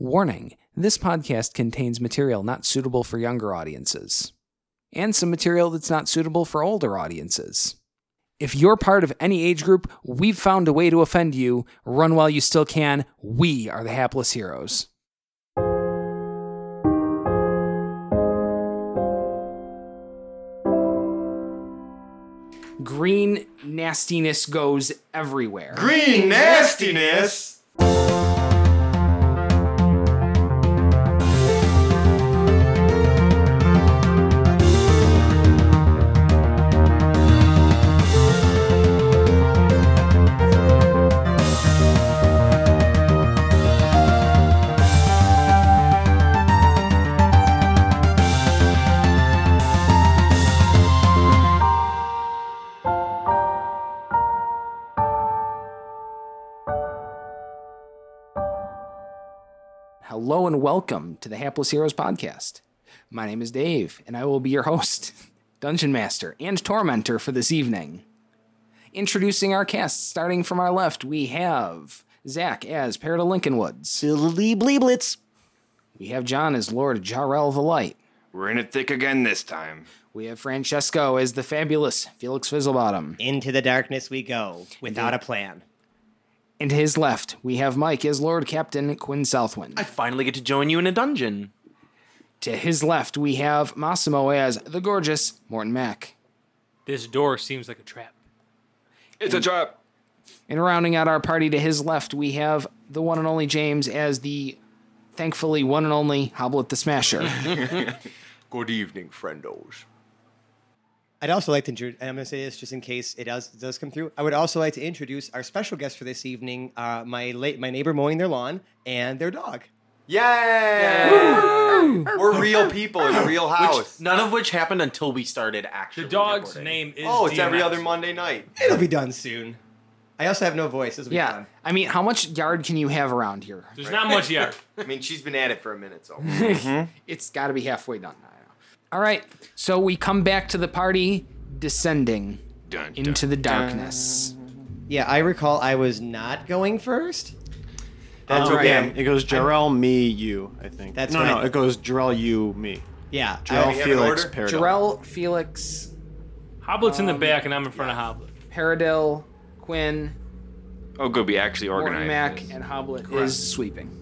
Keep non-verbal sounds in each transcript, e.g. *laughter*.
Warning this podcast contains material not suitable for younger audiences, and some material that's not suitable for older audiences. If you're part of any age group, we've found a way to offend you. Run while you still can. We are the hapless heroes. Green nastiness goes everywhere. Green nastiness. Hello and welcome to the Hapless Heroes podcast. My name is Dave, and I will be your host, *laughs* Dungeon Master, and Tormentor for this evening. Introducing our cast, starting from our left, we have Zach as Parrot of Lincolnwoods. Billy Bleeblitz. We have John as Lord Jarrell the Light. We're in it thick again this time. We have Francesco as the fabulous Felix Fizzlebottom. Into the darkness we go without a plan. And to his left, we have Mike as Lord Captain Quinn Southwind. I finally get to join you in a dungeon. To his left, we have Massimo as the gorgeous Morton Mack. This door seems like a trap. It's a trap. And rounding out our party to his left, we have the one and only James as the thankfully one and only Hoblet the *laughs* Smasher. Good evening, friendos. I'd also like to introduce, and I'm going to say this just in case it does, does come through. I would also like to introduce our special guest for this evening, uh, my late my neighbor mowing their lawn and their dog. Yay! We're real people in a real house. None of which happened until we started actually. The dog's recording. name is. oh, it's every DMX. other Monday night. It'll be done soon. I also have no voice. This will be yeah. fun. I mean, how much yard can you have around here? There's not much yard. I mean, she's been at it for a minute, so. It's got to be halfway done. I don't know. All right. So we come back to the party descending into the darkness. Yeah, I recall I was not going first. That's Um, okay. yeah, It goes Jarrell, me, you. I think That's no, no. right. It goes Jarrell, you, me. Yeah, Jarrell, have an Felix, order? Peridot. Jarrell, Felix, Hoblet's in the back, and I'm in front of Hoblet. Paradil, Quinn, Oh, good. We actually Morton organized. Mack, this. and Hoblet is sweeping.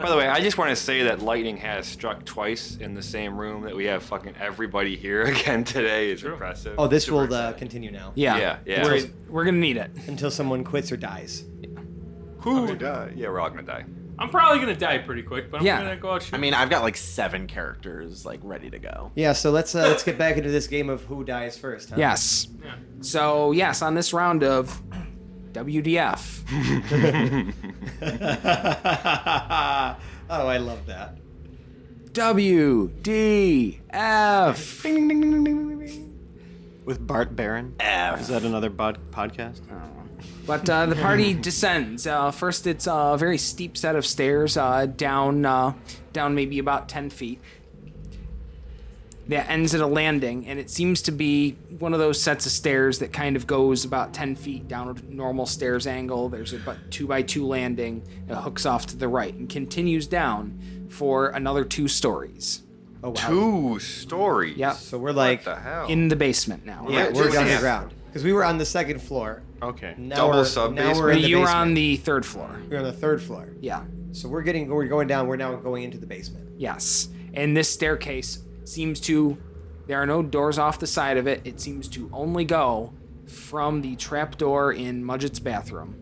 By the way, I just want to say that lightning has struck twice in the same room that we have fucking everybody here *laughs* again today. Is impressive. Oh, this Super will uh, exciting. continue now Yeah. Yeah, yeah. We're, we're going to need it. until someone quits or dies. Who die? Yeah, we're all gonna die. I'm probably gonna die pretty quick, but I'm Yeah. gonna go out. I mean, I've got like seven characters like ready to go. Yeah, so let's uh, let's get back into this game of who dies first. Huh? Yes. Yeah. So, yes, on this round of WDF. *laughs* oh, I love that. W D F. with Bart Barron. Is that another bod- podcast? But uh, the party Hmm. descends. Uh, first, it's a very steep set of stairs uh, down, uh, down maybe about ten feet. That ends at a landing, and it seems to be one of those sets of stairs that kind of goes about ten feet down a normal stairs angle. There's a bu- two by two landing that hooks off to the right and continues down for another two stories. Oh wow. Two stories. Yep. So we're like What the hell? In the basement now. Yeah, Yeah, we're just- down yeah. the ground because we were on the second floor. Okay. Now Double we're, sub Now we're in But the you were basement. on the third floor. We're on the third floor. Yeah. So we're getting we're going down. We're now going into the basement. Yes. And this staircase seems to there are no doors off the side of it. It seems to only go from the trapdoor in Mudgett's bathroom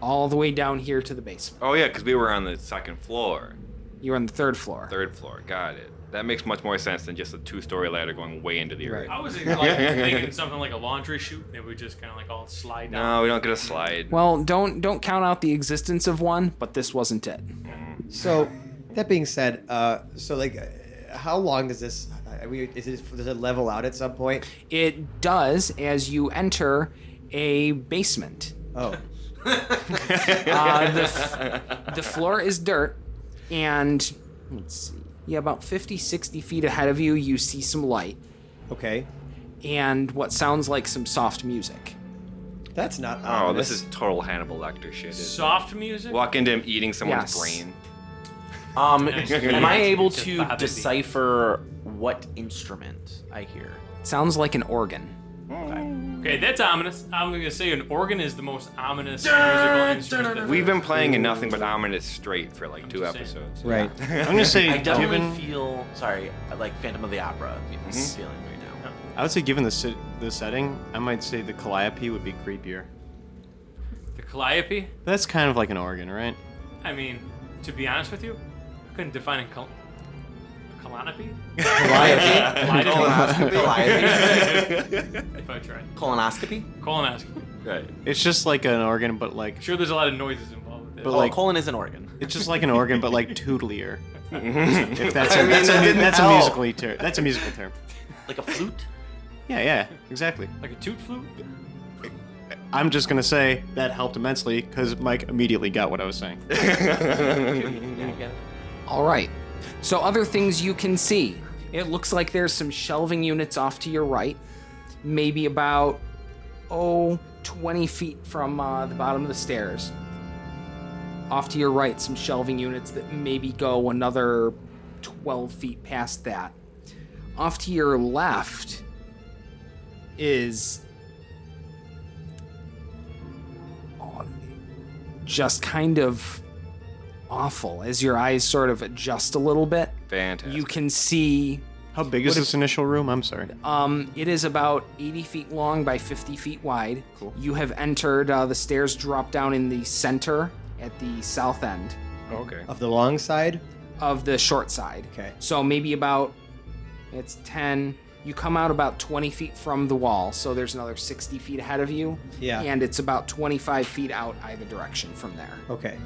all the way down here to the basement. Oh yeah, because we were on the second floor, You're on the third floor. third floor. Got it. That makes much more sense than just a two-story ladder going way into the earth. I was like thinking something like a laundry chute, and it would just kind of like all slide down. No, we don't get a slide. Well, don't don't count out the existence of one, but this wasn't it. So that being said, uh, so like, uh, how long does this? Uh, we, is it, does it level out at some point? It does as you enter a basement. Oh, Uh, the, f- the floor is dirt, and let's see. Yeah, about 50, 60 feet ahead of you, you see some light. okay. and what sounds like some soft music. That's not. oh, ominous. this is total Hannibal Lecter shit. isn't it? Soft music. Walk into him eating someone's Yes. brain. Um, Nice. am I able to Just- decipher what instrument I hear? Sounds like an organ. Okay, that's ominous. I'm gonna say an organ is the most ominous musical instrument. that- We've been playing in nothing but ominous straight for like two just saying. *laughs* episodes. Right. I'm gonna I say definitely given. feel sorry, like Phantom of the Opera is feeling right now. I would say given the sit- the setting, I might say the calliope would be creepier. the calliope. That's kind of like an organ, right? I mean, to be honest with you, I couldn't define a, cal- a calliope. *laughs* Calliope. if I tried. Colonoscopy? Oh, Colonoscopy. Right. It's just like an organ, but like Sure, there's a lot of noises involved with it. But Oh, like- colon is an organ. it's just like an organ, but like tootlier. If that's I a, mean, that's, a, that mu- didn't that's a Oh. help. musically ter- that's a musical term. Like a flute? Yeah, yeah, exactly. like a toot flute. I'm just gonna say that helped immensely because Mike immediately got what I was saying. All right. So, other things you can see. It looks like there's some shelving units off to your right, maybe about, oh, 20 feet from uh, the bottom of the stairs. Off to your right, some shelving units that maybe go another 12 feet past that. Off to your left is. oh, Just kind of awful as your eyes sort of adjust a little bit. Fantastic. You can see How big is this initial room? I'm sorry. um, it is about 80 feet long by 50 feet wide. Cool. You have entered, uh, the stairs drop down in the center at the south end okay. uh, Of the long side. of the short side. Okay. So maybe about, it's 10. You come out about 20 feet from the wall, so there's another 60 feet ahead of you. Yeah. And it's about 25 feet out either direction from there. Okay.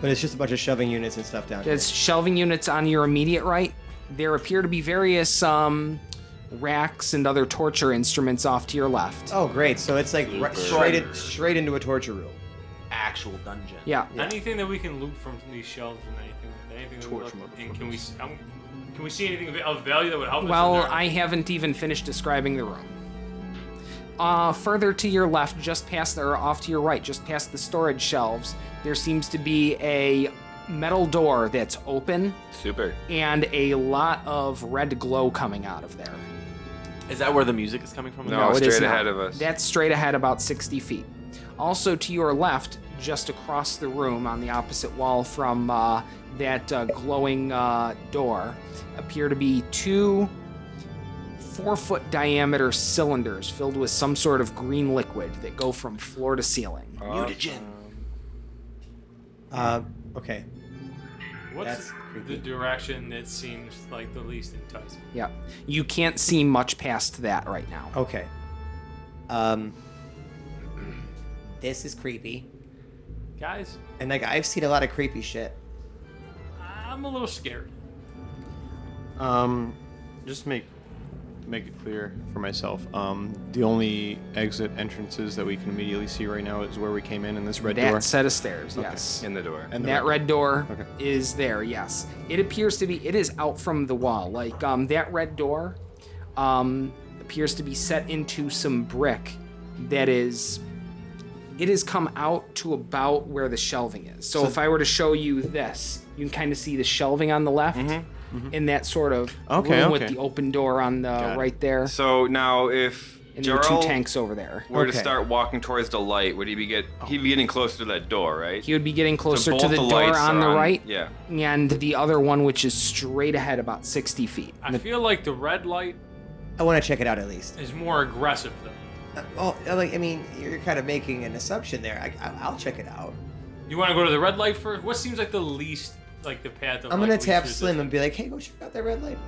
But it's just a bunch of shoving units and stuff down There's shelving units on your immediate right. There appear to be various um, racks and other torture instruments off to your left. here. Oh, great. So it's like right, straight, in, straight into a torture room. Actual dungeon. Yeah. Anything that we can loot from these shelves and anything, anything that we Torch look, and can we s- um, can we see anything of- of value that would help Well, us? in there? I haven't even finished describing the room. Uh, further to your left, just past or off to your right, just past the storage shelves, there seems to be a metal door that's open Super. and a lot of red glow coming out of there. Is that where the music is coming from? it No, is Oh, straight not. ahead of us. That's straight ahead about 60 feet. Also to your left, just across the room on the opposite wall from uh, that uh, glowing uh, door, appear to be two four foot diameter cylinders filled with some sort of green liquid that go from floor to ceiling. Oh. Mutagen. Uh, okay. what's that's the creepy. direction that seems like the least enticing? Yeah. You can't see much past that right now. Okay. Um, this is creepy. Guys, And like I've seen a lot of creepy shit. I'm a little scared. Um, just make make it clear for myself. Um, the only exit entrances that we can immediately see right now is where we came in in this red That door. set of stairs, yes. In the door. and the that red door Okay. is there yes it appears to be it is out from the wall like um that red door um appears to be set into some brick that is it has come out to about where the shelving is so, if i were to show you this you can kind of see the shelving on the left in that sort of Okay, room with okay. the open door on the it. right there So now if and there are two Jarl tanks over there were to Okay. start walking towards the light, would he be get he'd be getting closer to that door, right? Oh. he would be getting So closer to both the, door lights on the are right Yeah. and the other one which is straight ahead about 60 feet I feel like the red light I want to check it out at least. is more aggressive though. Uh, oh, uh, like I mean, you're kind of making an assumption there. I, I, I'll check it out. You want to go to the red light first? What seems like the least like the path? Of, I'm like, gonna least tap resistance? Slim and be like, "Hey, go check out that red light."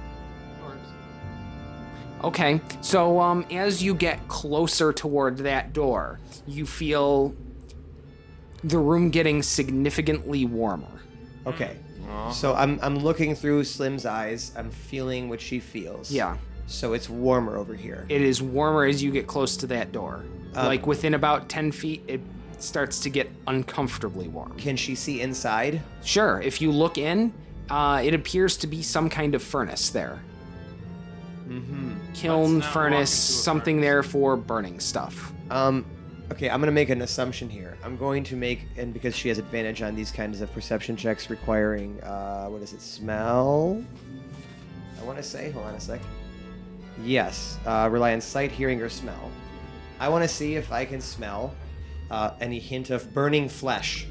Okay, so um, as you get closer toward that door, you feel the room getting significantly warmer. Okay. So I'm I'm looking through Slim's eyes. I'm feeling what she feels. Yeah, So it's warmer over here. it is warmer as you get close to that door. Um, like within about 10 feet, it starts to get uncomfortably warm. Can she see inside? Sure, if you look in, uh, it appears to be some kind of furnace there. Mm-hmm. Kiln, Let's Mm-hmm. not walk furnace, into a something furnace. there for burning stuff. Um, Okay, I'm gonna make an assumption here. I'm going to make, and because she has advantage on these kinds of perception checks requiring, uh, what is it, smell? I want to say, hold on a sec. Yes, uh, rely on sight, hearing, or smell. I want to see if I can smell uh, any hint of burning flesh.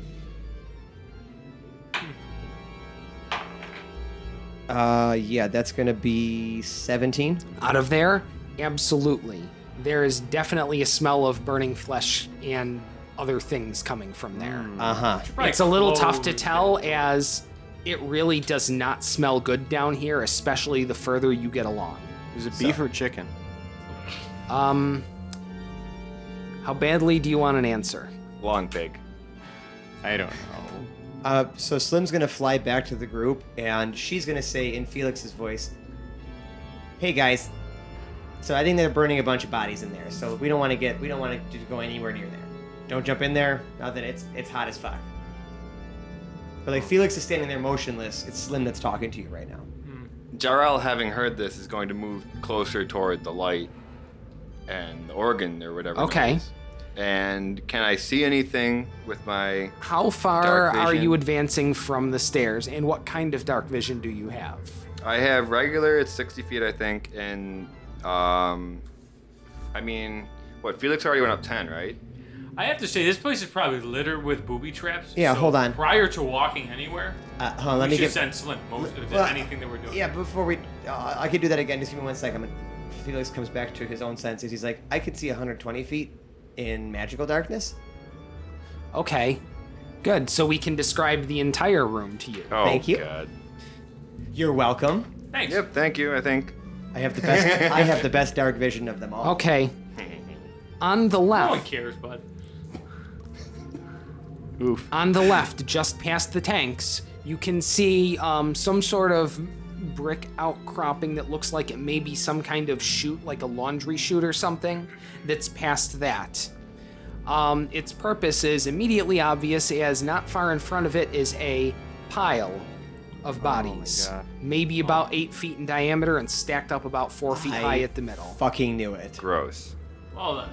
Uh, yeah, that's gonna be 17. Out of there, absolutely. There is definitely a smell of burning flesh and other things coming from there. Uh huh. Right, It's a little tough to clothes. tell as it really does not smell good down here, especially the further you get along. Is it beef or chicken? Um, how badly do you want an answer? Long pig. I don't know. Uh, so Slim's gonna fly back to the group, and she's gonna say in Felix's voice, "Hey guys, so I think they're burning a bunch of bodies in there. So we don't want to get, we don't want to go anywhere near there. Don't jump in there. Nothing. It's it's hot as fuck." But like Felix is standing there motionless. It's Slim that's talking to you right now. Jarrell, having heard this, is going to move closer toward the light and the organ or whatever. it Okay. is. And can I see anything with my? How far Dark are vision. you advancing from the stairs, and what kind of dark vision do you have? I have regular. It's sixty feet, I think, and um, I mean, what? Felix already went up ten, right? I have to say, this place is probably littered with booby traps. Yeah, so hold on. Prior to walking anywhere, Uh, hold on, we let me should get. send Slim most of Well, anything that we're doing. Yeah, before we, uh, I could do that again. Just give me one second. Felix comes back to his own senses. He's like, "I could see 120 feet in magical darkness." Okay, good. So we can describe the entire room to you. Oh Thank you. God. You're welcome. Thanks. Yep. Thank you. I think. I have the best. I have the best dark vision of them all. Oh. *laughs* Okay. On the No one left, cares, bud. Oof. on the left, just past the tanks, you can see um, some sort of brick outcropping that looks like it may be some kind of chute, like a laundry chute or something, that's past that. Um, its purpose is immediately obvious, as not far in front of it is a pile of bodies, God. maybe about eight feet in diameter and stacked up about four feet I high at the middle. Fucking knew it. Gross. Well uh, done.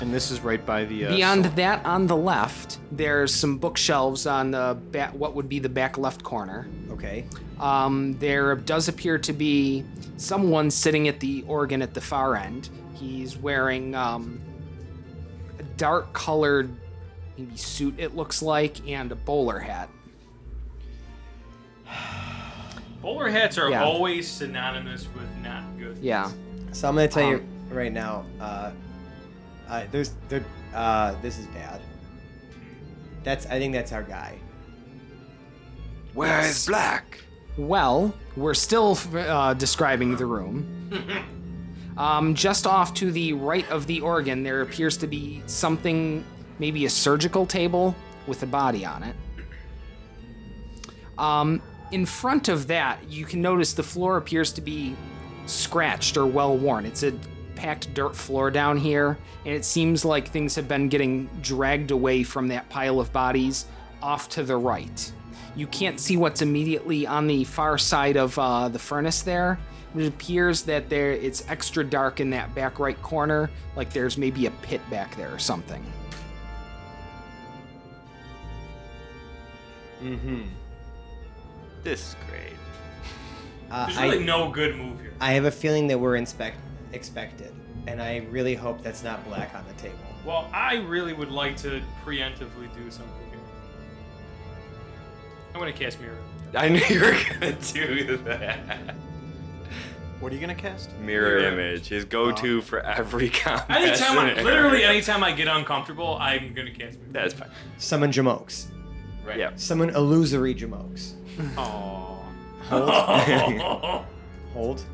And this is right by the. Uh, Beyond that, on the left, there's some bookshelves on the back, what would be the back left corner. Okay. Um, there does appear to be someone sitting at the organ at the far end. He's wearing um, a dark colored maybe suit, it looks like, and a bowler hat. Bowler hats are Yeah. always synonymous with not good. Yeah. So I'm gonna tell you right now. Uh, uh, there's there. Uh, this is bad. That's. I think that's our guy. Where is Black? Well, we're still uh, describing the room. um, just off to the right of the organ, there appears to be something, maybe a surgical table with a body on it. Um, in front of that, you can notice the floor appears to be scratched or well worn. It's a packed dirt floor down here, and it seems like things have been getting dragged away from that pile of bodies off to the right. You can't see what's immediately on the far side of uh, the furnace there. It appears that there it's extra dark in that back right corner, like there's maybe a pit back there or something. This is great. Uh, There's I, really no good move here. I have a feeling that we're inspect expected, and I really hope that's not black on the table. Well, I really would like to preemptively do something here. I'm gonna cast mirror. I knew you were gonna do that. What are you gonna cast? Mirror image. His go-to for every *laughs* combat. Anytime, I, scenario. *laughs* literally anytime I get uncomfortable, I'm gonna cast mirror. That's fine. Summon Jamokes. right. Yeah. Summon illusory Jamokes. Oh. Hold.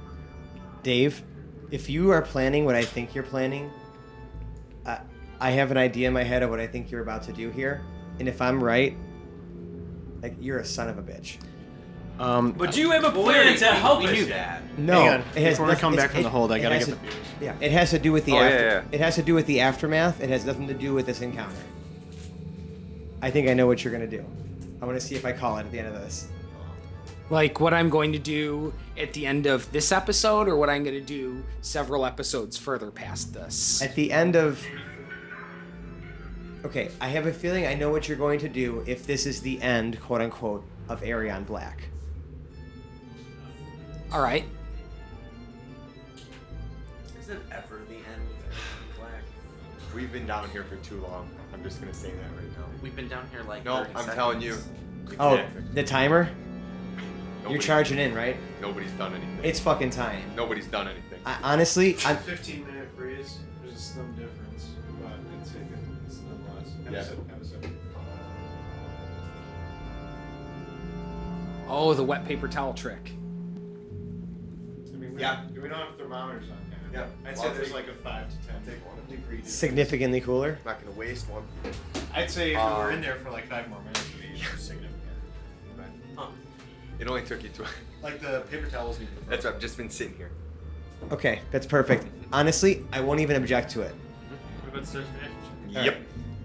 Dave, if you are planning what I think you're planning, I, I have an idea in my head of what I think you're about to do here. And if I'm right, like you're a son of a bitch. Um, but you have a plan to help we us. knew that. No, Hang on. Before I nothing- come it's- back from the hold, I gotta has get to- the- Yeah, it has to do with the Oh, yeah, after, yeah. it has to do with the aftermath. It has nothing to do with this encounter. I think I know what you're gonna do. I want to see if I call it at the end of this. Like what I'm going to do at the end of this episode, or what I'm going to do several episodes further past this. At the end of Okay, I have a feeling I know what you're going to do if this is the end, quote unquote, of Arion Black. All right. Isn't ever the end of black? We've been down here for too long. I'm just gonna say that right now. We've been down here like. No, 30 I'm seconds. telling you. Oh, Exactly. the timer? You're Nobody- charging in, right? Nobody's done anything. It's Ah. fucking time. Nobody's done anything. I, honestly, I'm, 15 minute freeze. There's a slim difference, but I'd say that it's nonetheless. Yeah. Episode, episode. Oh, the wet paper towel trick. I mean, we Yeah. Don't, we don't have thermometers on now. Yeah. I'd Well, say I'll there's take- like a five to ten take one degree. significantly cooler. I'm not gonna waste one. I'd say if we were in Um, there for like five more minutes, it'd be significant. But, It only took you two. like the paper towels need to. That's right. I've just been sitting here. Okay, that's perfect. Honestly, I won't even object to it. *laughs* What about search and action? Yep.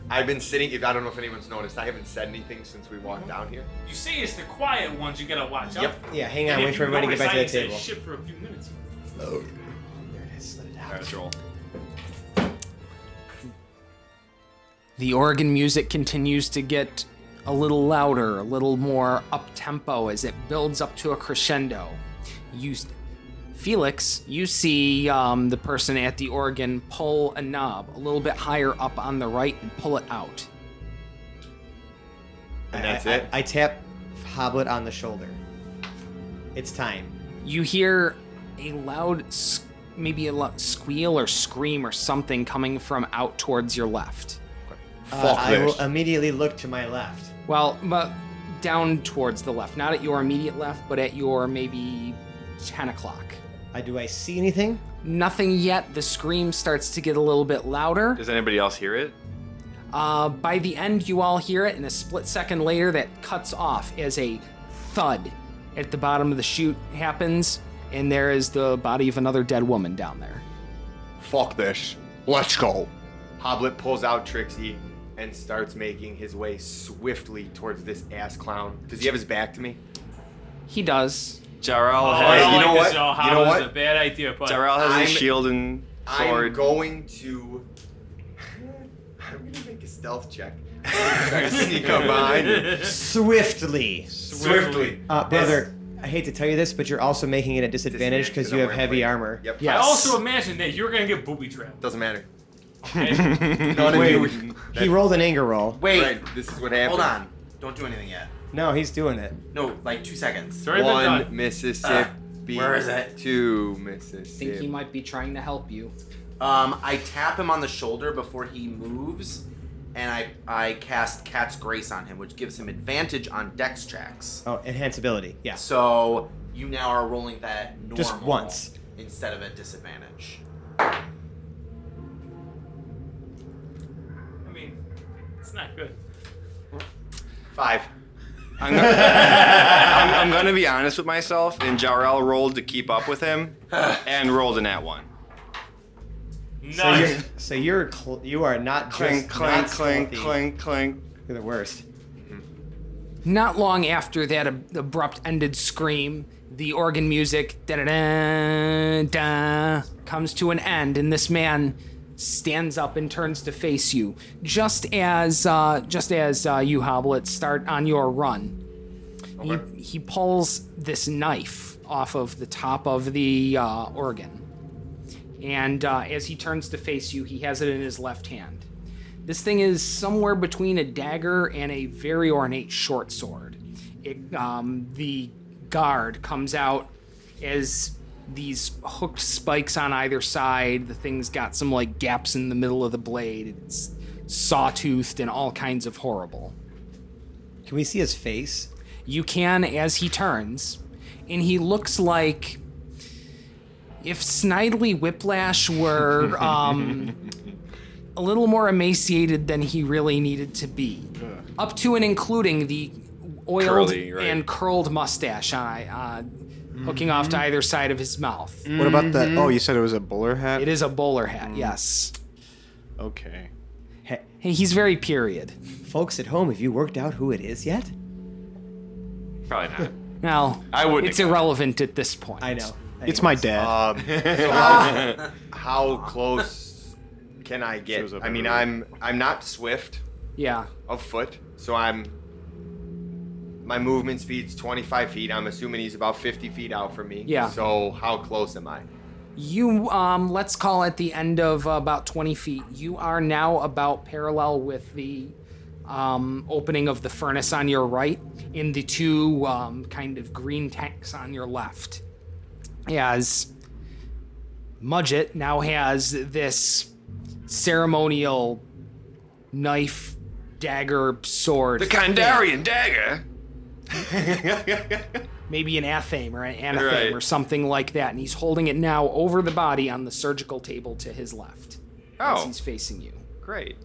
I've been sitting. If I don't know if anyone's noticed, I haven't said anything since we walked down here. You say it's the quiet ones you gotta watch out Yep. for. Yeah, hang And on, if wait you for everybody to get back to notice, I the ain't said table. Shit for a few minutes. There it is, let it out. That's roll. The organ music continues to get a little louder, a little more up tempo as it builds up to a crescendo. You, Felix, you see um, the person at the organ pull a knob a little bit higher up on the right and pull it out. And that's I, I- it? I tap Hoblet on the shoulder. It's time. You hear a loud, s- maybe a loud squeal or scream or something coming from out towards your left. Uh, Fuck I will this. immediately look to my left. Well, but down towards the left, not at your immediate left, but at your maybe 10 o'clock. I, Uh, do I see anything? Nothing yet. The scream starts to get a little bit louder. Does anybody else hear it? Uh, by the end, you all hear it, and a split second later, that cuts off as a thud at the bottom of the chute happens, and there is the body of another dead woman down there. Fuck this. Let's go. Hoblet pulls out Trixie and starts making his way swiftly towards this ass clown. Does he have his back to me? He does. Jarrell Oh, I has, don't you know like this what? at all. You know How is what? a bad idea, but Jarrell has his I'm- shield and I'm sword. *laughs* going to. *laughs* I'm gonna make a stealth check. I'm gonna sneak up behind *laughs* him Swiftly. *laughs* swiftly. Uh, brother, I hate to tell you this, but you're also making it a disadvantage because you have heavy armor. Yep. I Yeah. also imagine that you're gonna get booby trapped. Doesn't matter. Okay? None of you. Wait, *laughs* That's He rolled an anger roll. Wait, right, This is what happened. hold on. Don't do anything yet. No, he's doing it. No, like two seconds. Uh, Sorry, but One done. Mississippi. where is it? Two I think he Mississippi. might be trying to help you. Um, I tap him on the shoulder before he moves, and I I cast Cat's Grace on him, which gives him advantage on Dex checks. Oh, enhance ability. Yeah. So you now are rolling that normal Just once. instead of at disadvantage. I mean, it's not good. Five. *laughs* I'm, gonna, I'm, I'm gonna be honest with myself, and Jarrell rolled to keep up *sighs* with him, and rolled in that one. So you're, Nice. so you're cl- you are not Clink, just clink, not clink, stealthy. clink, clink. You're the worst. Not long after that ab- abrupt ended scream, the organ music da-da-da, da, comes to an end, and this man stands up and turns to face you, just as uh, just as uh, you Hoblet start on your run. He, he pulls this knife off of the top of the uh, organ, and uh, as he turns to face you, he has it in his left hand. This thing is somewhere between a dagger and a very ornate short sword. It, um, the guard comes out as these hooked spikes on either side. The thing's got some like gaps in the middle of the blade. It's sawtoothed and all kinds of horrible. Can we see his face? You can as he turns, and he looks like if Snidely Whiplash *laughs* were um, a little more emaciated than he really needed to be, up to and including the oiled Curly, right. and curled mustache on, uh, hooking off Mm-hmm. to either side of his mouth. What about that? Oh, you said it was a bowler hat. It is a bowler hat, Mm-hmm. yes. Okay. He- Hey, he's very period. folks at home, have you worked out who it is yet? Probably not. Now, I wouldn't it's have gotten irrelevant at this point. uh, I know. *laughs* It's my dad. Um, so how, how close can I get? Shows up I mean, everywhere. I'm I'm not swift Yeah. of foot, so I'm my movement speed's 25 feet. I'm assuming he's about 50 feet out from me. Yeah. So how close am I? You, um, let's call it the end of uh, about 20 feet. You are now about parallel with the um, opening of the furnace on your right in the two um, kind of green tanks on your left. As Mudget now has this ceremonial knife, dagger, sword. The Kandarian dagger. maybe an athame or an anathame Right. or something like that. And he's holding it now over the body on the surgical table to his left. As Oh, he's facing you. *laughs* great.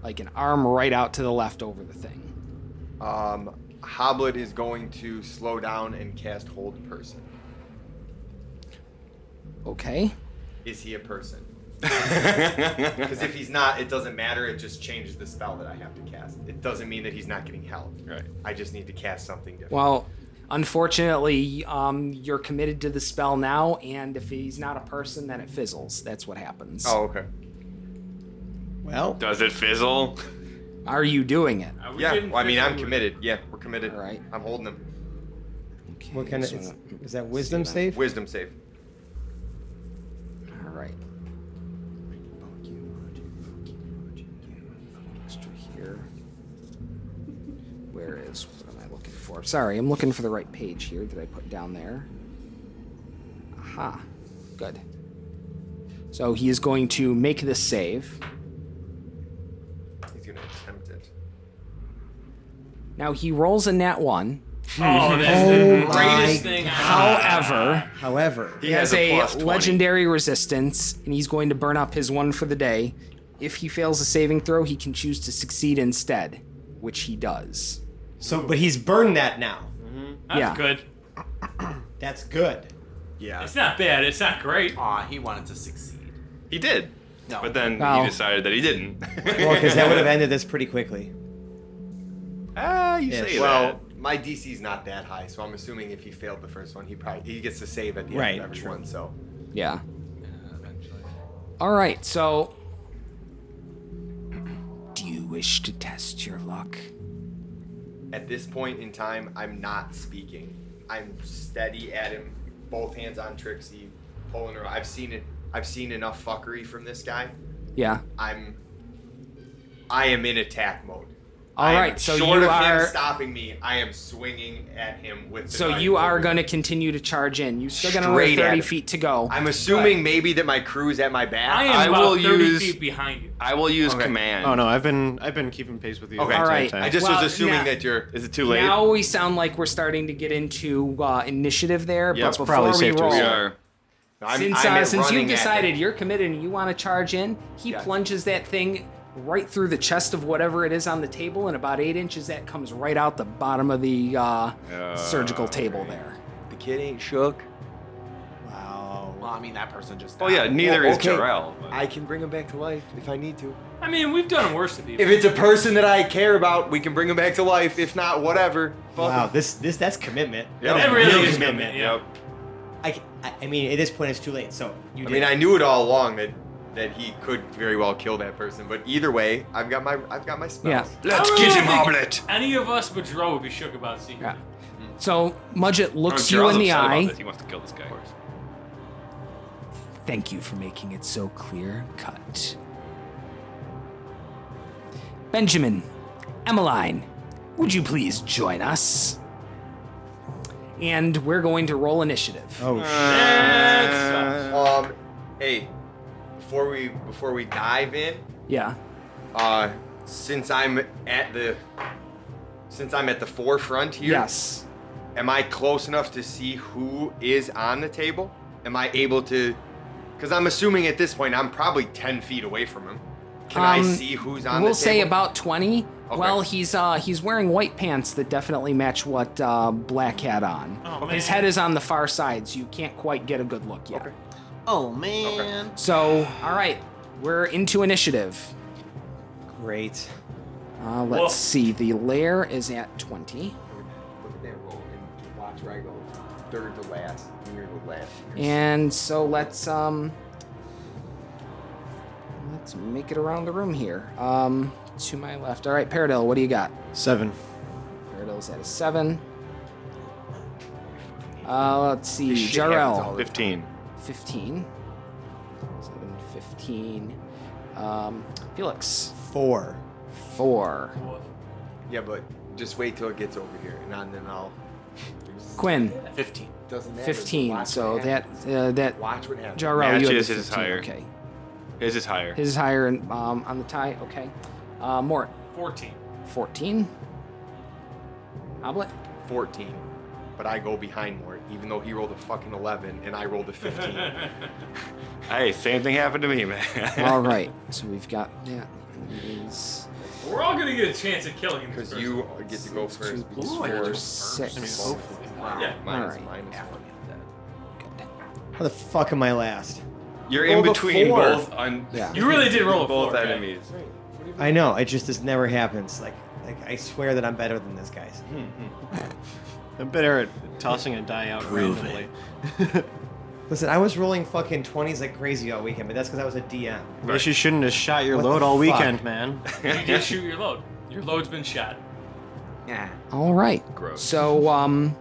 Like an arm right out to the left over the thing. Um, Hoblet is going to slow down and cast hold person. Okay. Is he a person? Because if he's not, it doesn't matter. It just changes the spell that I have to cast. It doesn't mean that he's not getting help. Right. I just need to cast something different. Well, unfortunately, um, you're committed to the spell now, and if he's not a person, then it fizzles. That's what happens. oh, okay. Well, Does it fizzle? Are you doing it? Uh, we Yeah. didn't Well, I mean, fix I'm it. committed. Yeah, we're committed. All right. I'm holding him. Okay, what kind of so- is, is that wisdom save? Wisdom save. All right. Extra here. Where is what am I looking for? Sorry, I'm looking for the right page here that I put down there. Aha. Good. So he is going to make this save. He's gonna attempt it. Now he rolls a nat one. Oh, that's Oh the my greatest thing. I However, However, he has, a, legendary resistance, and he's going to burn up his one for the day. If he fails a saving throw, he can choose to succeed instead, which he does. so but he's burned that now. That's yeah. good. That's good. Yeah. It's not bad. It's not great. Aw, he wanted to succeed. He did. No. But then Wow. he decided that he didn't. Well, because that would have ended this pretty quickly. *laughs* Ah, you Yes. say Well, that. my DC's not that high, so I'm assuming if he failed the first one, he probably he gets to save at the Right, end of every true. one. So Yeah. All right, so. Do you wish to test your luck? at this point in time, I'm not speaking. I'm steady at him, both hands on Trixie, pulling her. I've seen it. I've seen enough fuckery from this guy. Yeah. I'm. I am in attack mode. All I am right, so short you of are. him stopping me. I am swinging at him with. The So knife you are over. going to continue to charge in. You're still going to roll Straight at 30 him. feet to go. I'm assuming maybe that my crew's at my back. I am I about will 30 use- feet behind you. I will use Okay. command. Oh no, I've been I've been keeping pace with you. Okay. the entire Alright, time. I just Well, was assuming now- that you're. Is it too late? Now we sound like we're starting to get into uh, initiative there, Yeah, but it's before probably we safe to roll, we are. I'm, since I'm uh, since running you've at him. decided you're committed and you want to charge in, he Yeah. plunges that thing right through the chest of whatever it is on the table, and about eight inches that comes right out the bottom of the uh, Oh, surgical table there. the kid ain't shook. Well, I mean, that person just. Ah, Well, died. yeah, neither Well, is okay. Jarrell. but- I can bring him back to life if I need to. I mean, we've done worse to people. If it's a person that I care about, we can bring him back to life. If not, whatever. Fuck Wow, him. this this that's commitment. Yep. that That really real is commitment. Yeah. Yep. I, I, I mean, at this point, it's too late. So you. I Did. mean, I knew it all along that that he could very well kill that person, but either way, I've got my I've got my spells. Yeah. I Let's don't get know, him, I think Hoblet. Any of us but Drew would be shook about seeing. Yeah. So Mudget Oh, looks you Jarrell's in the upset about eye. this. He wants to kill this guy. Thank you for making it so clear cut. Benjamin, Emmeline, would you please join us? And we're going to roll initiative. Oh That sucks. Um, hey, before we before we dive in, Yeah. uh, since I'm at the since I'm at the forefront here, Yes. am I close enough to see who is on the table? Am I able to? Because I'm assuming at this point I'm probably ten feet away from him. Can I Um, see who's on we'll the say table? about 20 Okay. well he's uh he's wearing white pants that definitely match what uh black had on Oh, his man. head is on the far side so you can't quite get a good look yet Oh man. so all right we're into initiative great. uh let's Whoa. see the lair is at 20 Look at that roll and watch where I go. Third to last, near the last. and so let's um Let's make it around the room here. Um, to my left. All right, Paradil, what do you got? Seven. Paradil's at a seven. Uh, let's see. This shit happens Jarrell. all the time. 15. 15. 7, 15. Um, Felix, Four. 4. Yeah, but just wait till it gets over here, and then and I'll. Quinn, Fifteen. Doesn't matter. 15. Watch So what that, happens. uh, that Watch what happens. Jarrell, you had the Matches his 15. higher. Okay. His is higher. His is higher and, um, on the tie. Okay. Uh, Mort, 14. 14. Hoblet, 14. But I go behind Mort, even though he rolled a fucking 11 and I rolled a *laughs* 15. Hey, same thing happened to me, man. All right. So we've got that. Is *laughs* We're all gonna get a chance at killing Because this person. you get to go two first. plus because four, yours- six. oh. Yeah. Mine is- Alright. mine is fucking- How the fuck am I last? *laughs* You're Roll in the between four. both un- Yeah. You really did roll a both four, okay. enemies. I know. It just this never happens. Like, like I swear that I'm better than this, guys. Hmm. I'm better at tossing a die out randomly. *laughs* Listen, I was rolling fucking twenties like crazy all weekend, but that's because I was a DM. Guess you shouldn't have shot your What load the all fuck? weekend, *laughs* man. You *laughs* just shoot your load. Your load's been shot. Yeah. All right. Gross. So, um,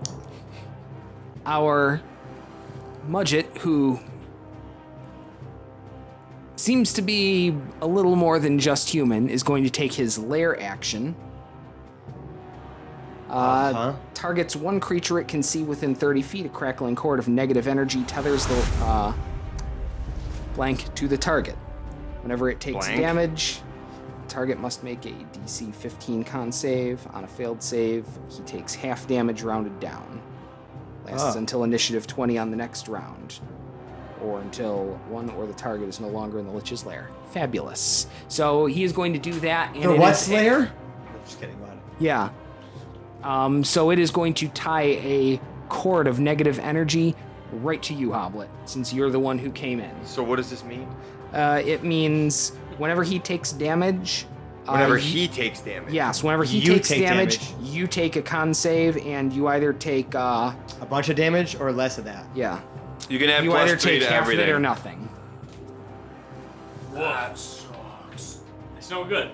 our Mudget, who seems to be a little more than just human, is going to take his lair action. Uh, Uh-huh. Targets one creature it can see within 30 feet. A crackling cord of negative energy tethers the uh, blank to the target. Whenever it takes Blank? damage, Target must make a DC 15 con save. On a failed save, he takes half damage rounded down. Lasts Ah. until initiative 20 on the next round, or until one or the target is no longer in the Lich's lair. Fabulous. So he is going to do that. And The it what's is- layer? I'm just kidding about it. yeah. Um, so it is going to tie a cord of negative energy right to you, Hoblet, since you're the one who came in. So what does this mean? Uh, it means whenever he takes damage. uh, Whenever y- he takes damage. Yes, whenever he You takes take damage, damage. you take a con save, and you either take, uh, A bunch of damage or less of that. yeah, You can have you plus either three take to half of everything. it or nothing. It's no good.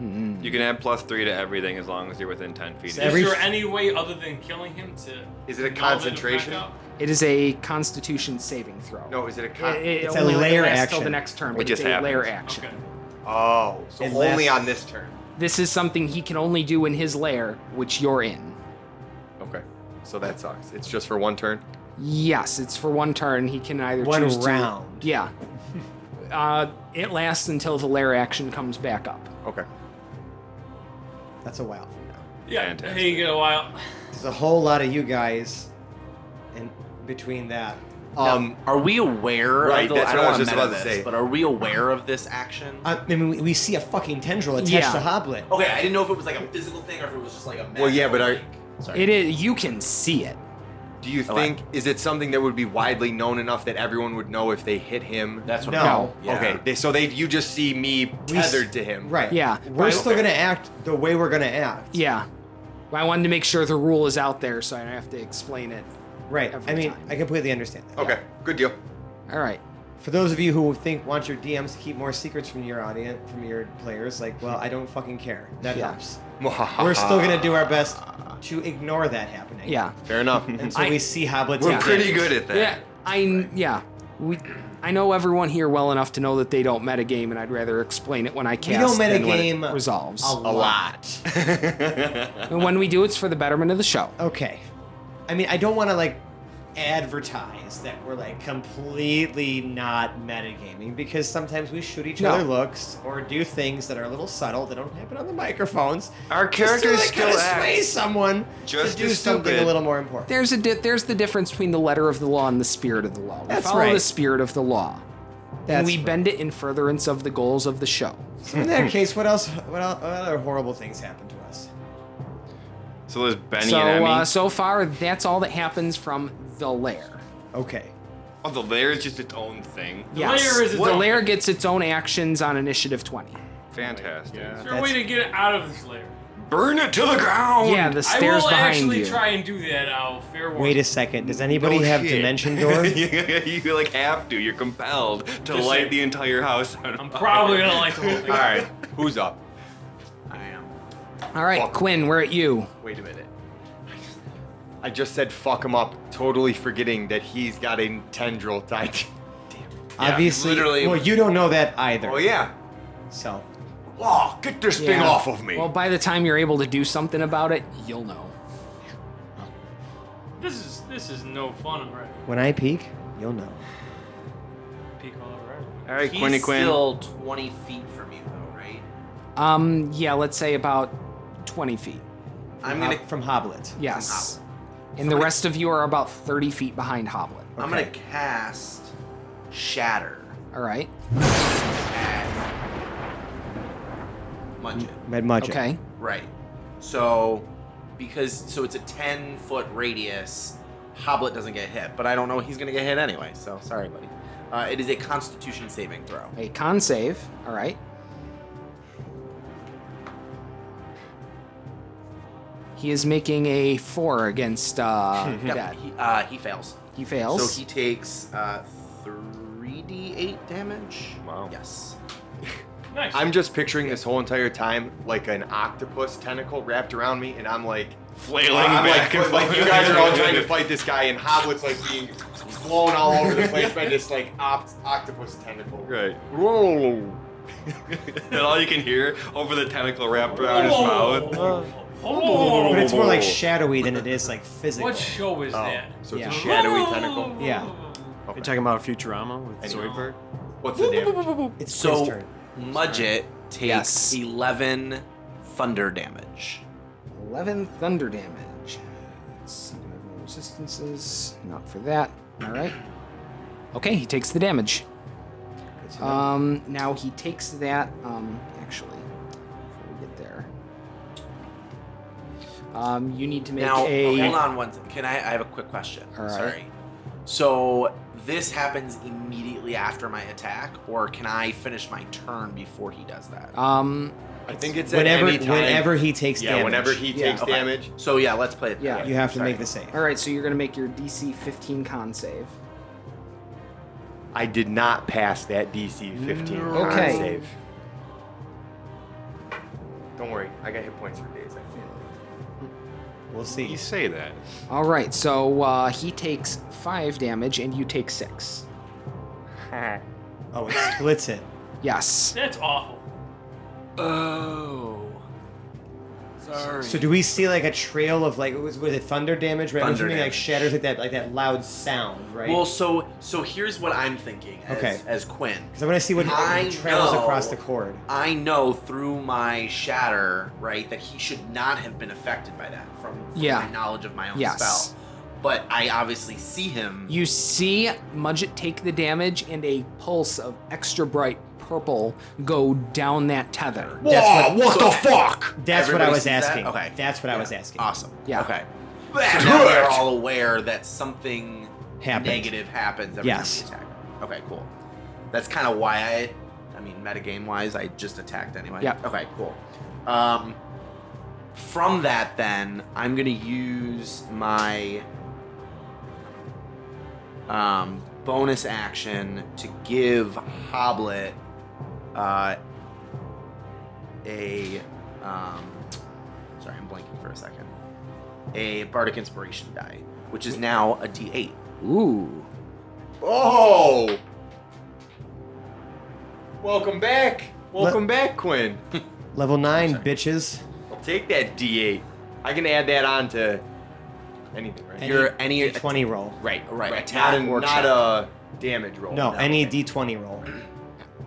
You can add plus three to everything as long as you're within 10 feet. So of every- Is there any way other than killing him to? Is it a null the concentration? effect out? It is a Constitution saving throw. No, is it a con? it, it It's a only layer lasts till action. the next turn, It but just it's a layer happens. action. Okay. oh, so It only lasts- on this turn. This is something he can only do in his lair, which you're in. Okay. So that sucks. It's just for one turn. Yes, it's for one turn. He can either One choose to- round. yeah. Uh, it lasts until the lair action comes back up. Okay. That's a while from now. Yeah. Fantastic. Hey, you get a while. There's a whole lot of you guys, and between that, Um, Are we aware? Right, Of the, that's I don't what I was wanna just meta about to this, say. But are we aware of this action? I I mean, we, we see a fucking tendril attached Yeah. Oh. to Hoblet. okay, I didn't know if it was like a physical thing or if it was just like a. Magical, Well, yeah, but are- like, sorry. It is. You can see it. do you I- think is it something that would be widely known enough that everyone would know if they hit him? That's what. No. I'm yeah. Okay. They, so they you just see me s- tethered to him. Right. Yeah. We're Right. still gonna act the way we're gonna act. Yeah. Well, I wanted to make sure the rule is out there, so I don't have to explain it. Right. I Every mean, time. I completely understand that. Okay. Good deal. All right. For those of you who think want your DMs to keep more secrets from your audience, from your players, like, well, I don't fucking care. That Yeah. helps. We're still gonna do our best to ignore that happening. Yeah. Fair enough. And so I- we see Hoblet's We're Yeah. pretty good at that. Yeah. I. Yeah. We. I know everyone here well enough to know that they don't metagame, and I'd rather explain it when I We cast. don't than when it metagame resolves. a lot. And when we do, it's for the betterment of the show. *laughs* okay. I mean, I don't want to like advertise that we're like completely not metagaming because sometimes we shoot each No. other looks or do things that are a little subtle that don't happen on the microphones. Our Just characters to, like, still kinda sway act. someone Just to do as something a stupid. little more important. There's a di- there's the difference between the letter of the law and the spirit of the law. We That's follow the right. spirit of the law, and That's we right. bend it in furtherance of the goals of the show. So in that case, what else? What, el- what other horrible things happened to us? So there's Benny so and Emmy. uh, so far, that's all that happens from the lair. Okay. oh, the lair is just its own thing. The lair is its the own- lair gets its own actions on initiative twenty. Fantastic. Is Yeah. there a way to get out of this layer? Burn it to the ground. Yeah, the I stairs will behind actually you. try and do that. I'll fair warning. Wait a second. Does anybody No have shit. *laughs* dimension door? you like have to. You're compelled to Just light like- the entire house. *laughs* On I'm probably gonna like the whole *laughs* thing. All right, who's up? I am. All right, Fuck. Quinn, we're at you. Wait a minute. I just said fuck him up, totally forgetting that he's got a tendril tied. to- Obviously. literally- well, you don't know that either. Oh yeah. So Oh, get this thing Yeah. off of me. Well, by the time you're able to do something about it, you'll know. This is this is no fun already. when I peek, you'll know. Peak all already. All right, He's Quinny Quinn. still 20 feet from you, though, right? Um, yeah, let's say about 20 feet. I'm Hob- gonna. from Hoblet. Yes. From And the rest of you are about 30 feet behind Hoblet. I'm gonna cast Shatter All right. at Mudget. Med Mudge. Okay. Right. So, because so it's a 10 foot radius, Hoblet doesn't get hit, but I don't know he's gonna get hit anyway. So sorry, buddy. Uh, it is a Constitution saving throw. A con save. All right. He is making a four against uh, Yep, that. He, uh, he fails. He fails. So he takes uh, 3d8 damage. Wow. Yes. Nice. I'm just picturing this whole entire time like an octopus tentacle wrapped around me, and I'm like, flailing I'm back like, and like forth. you guys are *laughs* all trying *laughs* to fight this guy, and Hoblet's like being blown all over the place by this like opt- octopus tentacle. Right. and all you can hear over the tentacle wrapped around his mouth. Oh, But it's more like Whoa. shadowy than it is like physical. what show is that? Oh, So Yeah. it's a shadowy tentacle. Yeah. Are you talking about Futurama with Anyway. Zoidberg? What's the damage? It's his So turn. Mudget takes Yes. 11 thunder damage. 11 thunder damage. Let's see, do I have any resistances? Not for that. All right. Okay, he takes the damage. Um, now he takes that. Um, actually, before we get there, um, you need to make now, a. hold on one second. Can I? I have a quick question. All right. Sorry. So this happens immediately after my attack, or can I finish my turn before he does that? Um, I think it's Whenever, at any time. whenever he takes yeah, damage. whenever he Yeah, takes okay. damage. So Oh, yeah, let's play it. Yeah. that way. You have to Sorry. make the save. all right, so you're gonna make your DC 15 con save. I did not pass that DC 15 con Okay. save. Don't worry, I got hit points for days. I feel. We'll see. You say that. All right, so uh, he takes five damage and you take six. Oh, it splits it. Yes. That's awful. Oh. Sorry. So do we see like a trail of like was, was it thunder damage? Right, When Thunder something like damage. shatters like that, like that loud sound, right? Well, so so here's what I'm thinking. As, Okay. As Quinn, Because I want to see what I travels know. across the cord. I know through my shatter, right, that he should not have been affected by that from, from Yeah. my knowledge of my own Yes. spell. But I obviously see him. You see Mudget take the damage and a pulse of extra bright purple go down that tether. That's what, the fuck? that's what I everybody was sees that? asking. Okay. That's what I Yeah. Ah. was asking. Awesome. Yeah. Okay. *laughs* That's so now it. we're all aware that something Happened. negative happens every Yes. time we attack. Okay, cool. That's kind of why I, I mean, metagame wise, I just attacked anyway. Yeah. Okay, cool. Um, from that, then I'm gonna use my um, bonus action to give Hoblet uh, a um, sorry, I'm blanking for a second. A bardic inspiration die, which is now a D8. Ooh. Oh! Welcome back! Welcome back, *laughs* Quinn. Level nine, bitches. I'll take that D8. I can add that on to anything, right? Any Your any D20 roll. right, right, Not attack a, or not check. a damage roll. No, No, any D20 roll.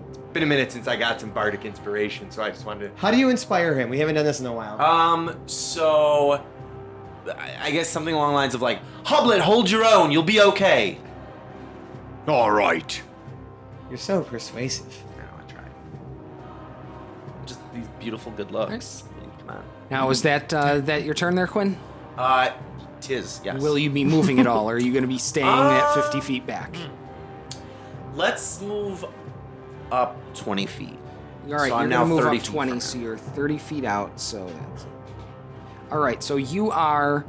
It's been a minute since I got some bardic inspiration, so I just wanted to. How do you inspire him? We haven't done this in a while. Um, so I I guess something along the lines of like, Hublet, hold your own, you'll be okay. All right. You're so persuasive. No, I tried. Just these beautiful good looks. Nice. I mean, Come on. Now is that uh, that your turn there, Quinn? Uh, tis yes. Will you be moving at all, or are you going to be staying at Uh, 50 feet back? Let's move up twenty feet. All right, so I'm you're now going to move 30 up feet 20, from so him. you're 30 feet out. So that's All right, so you are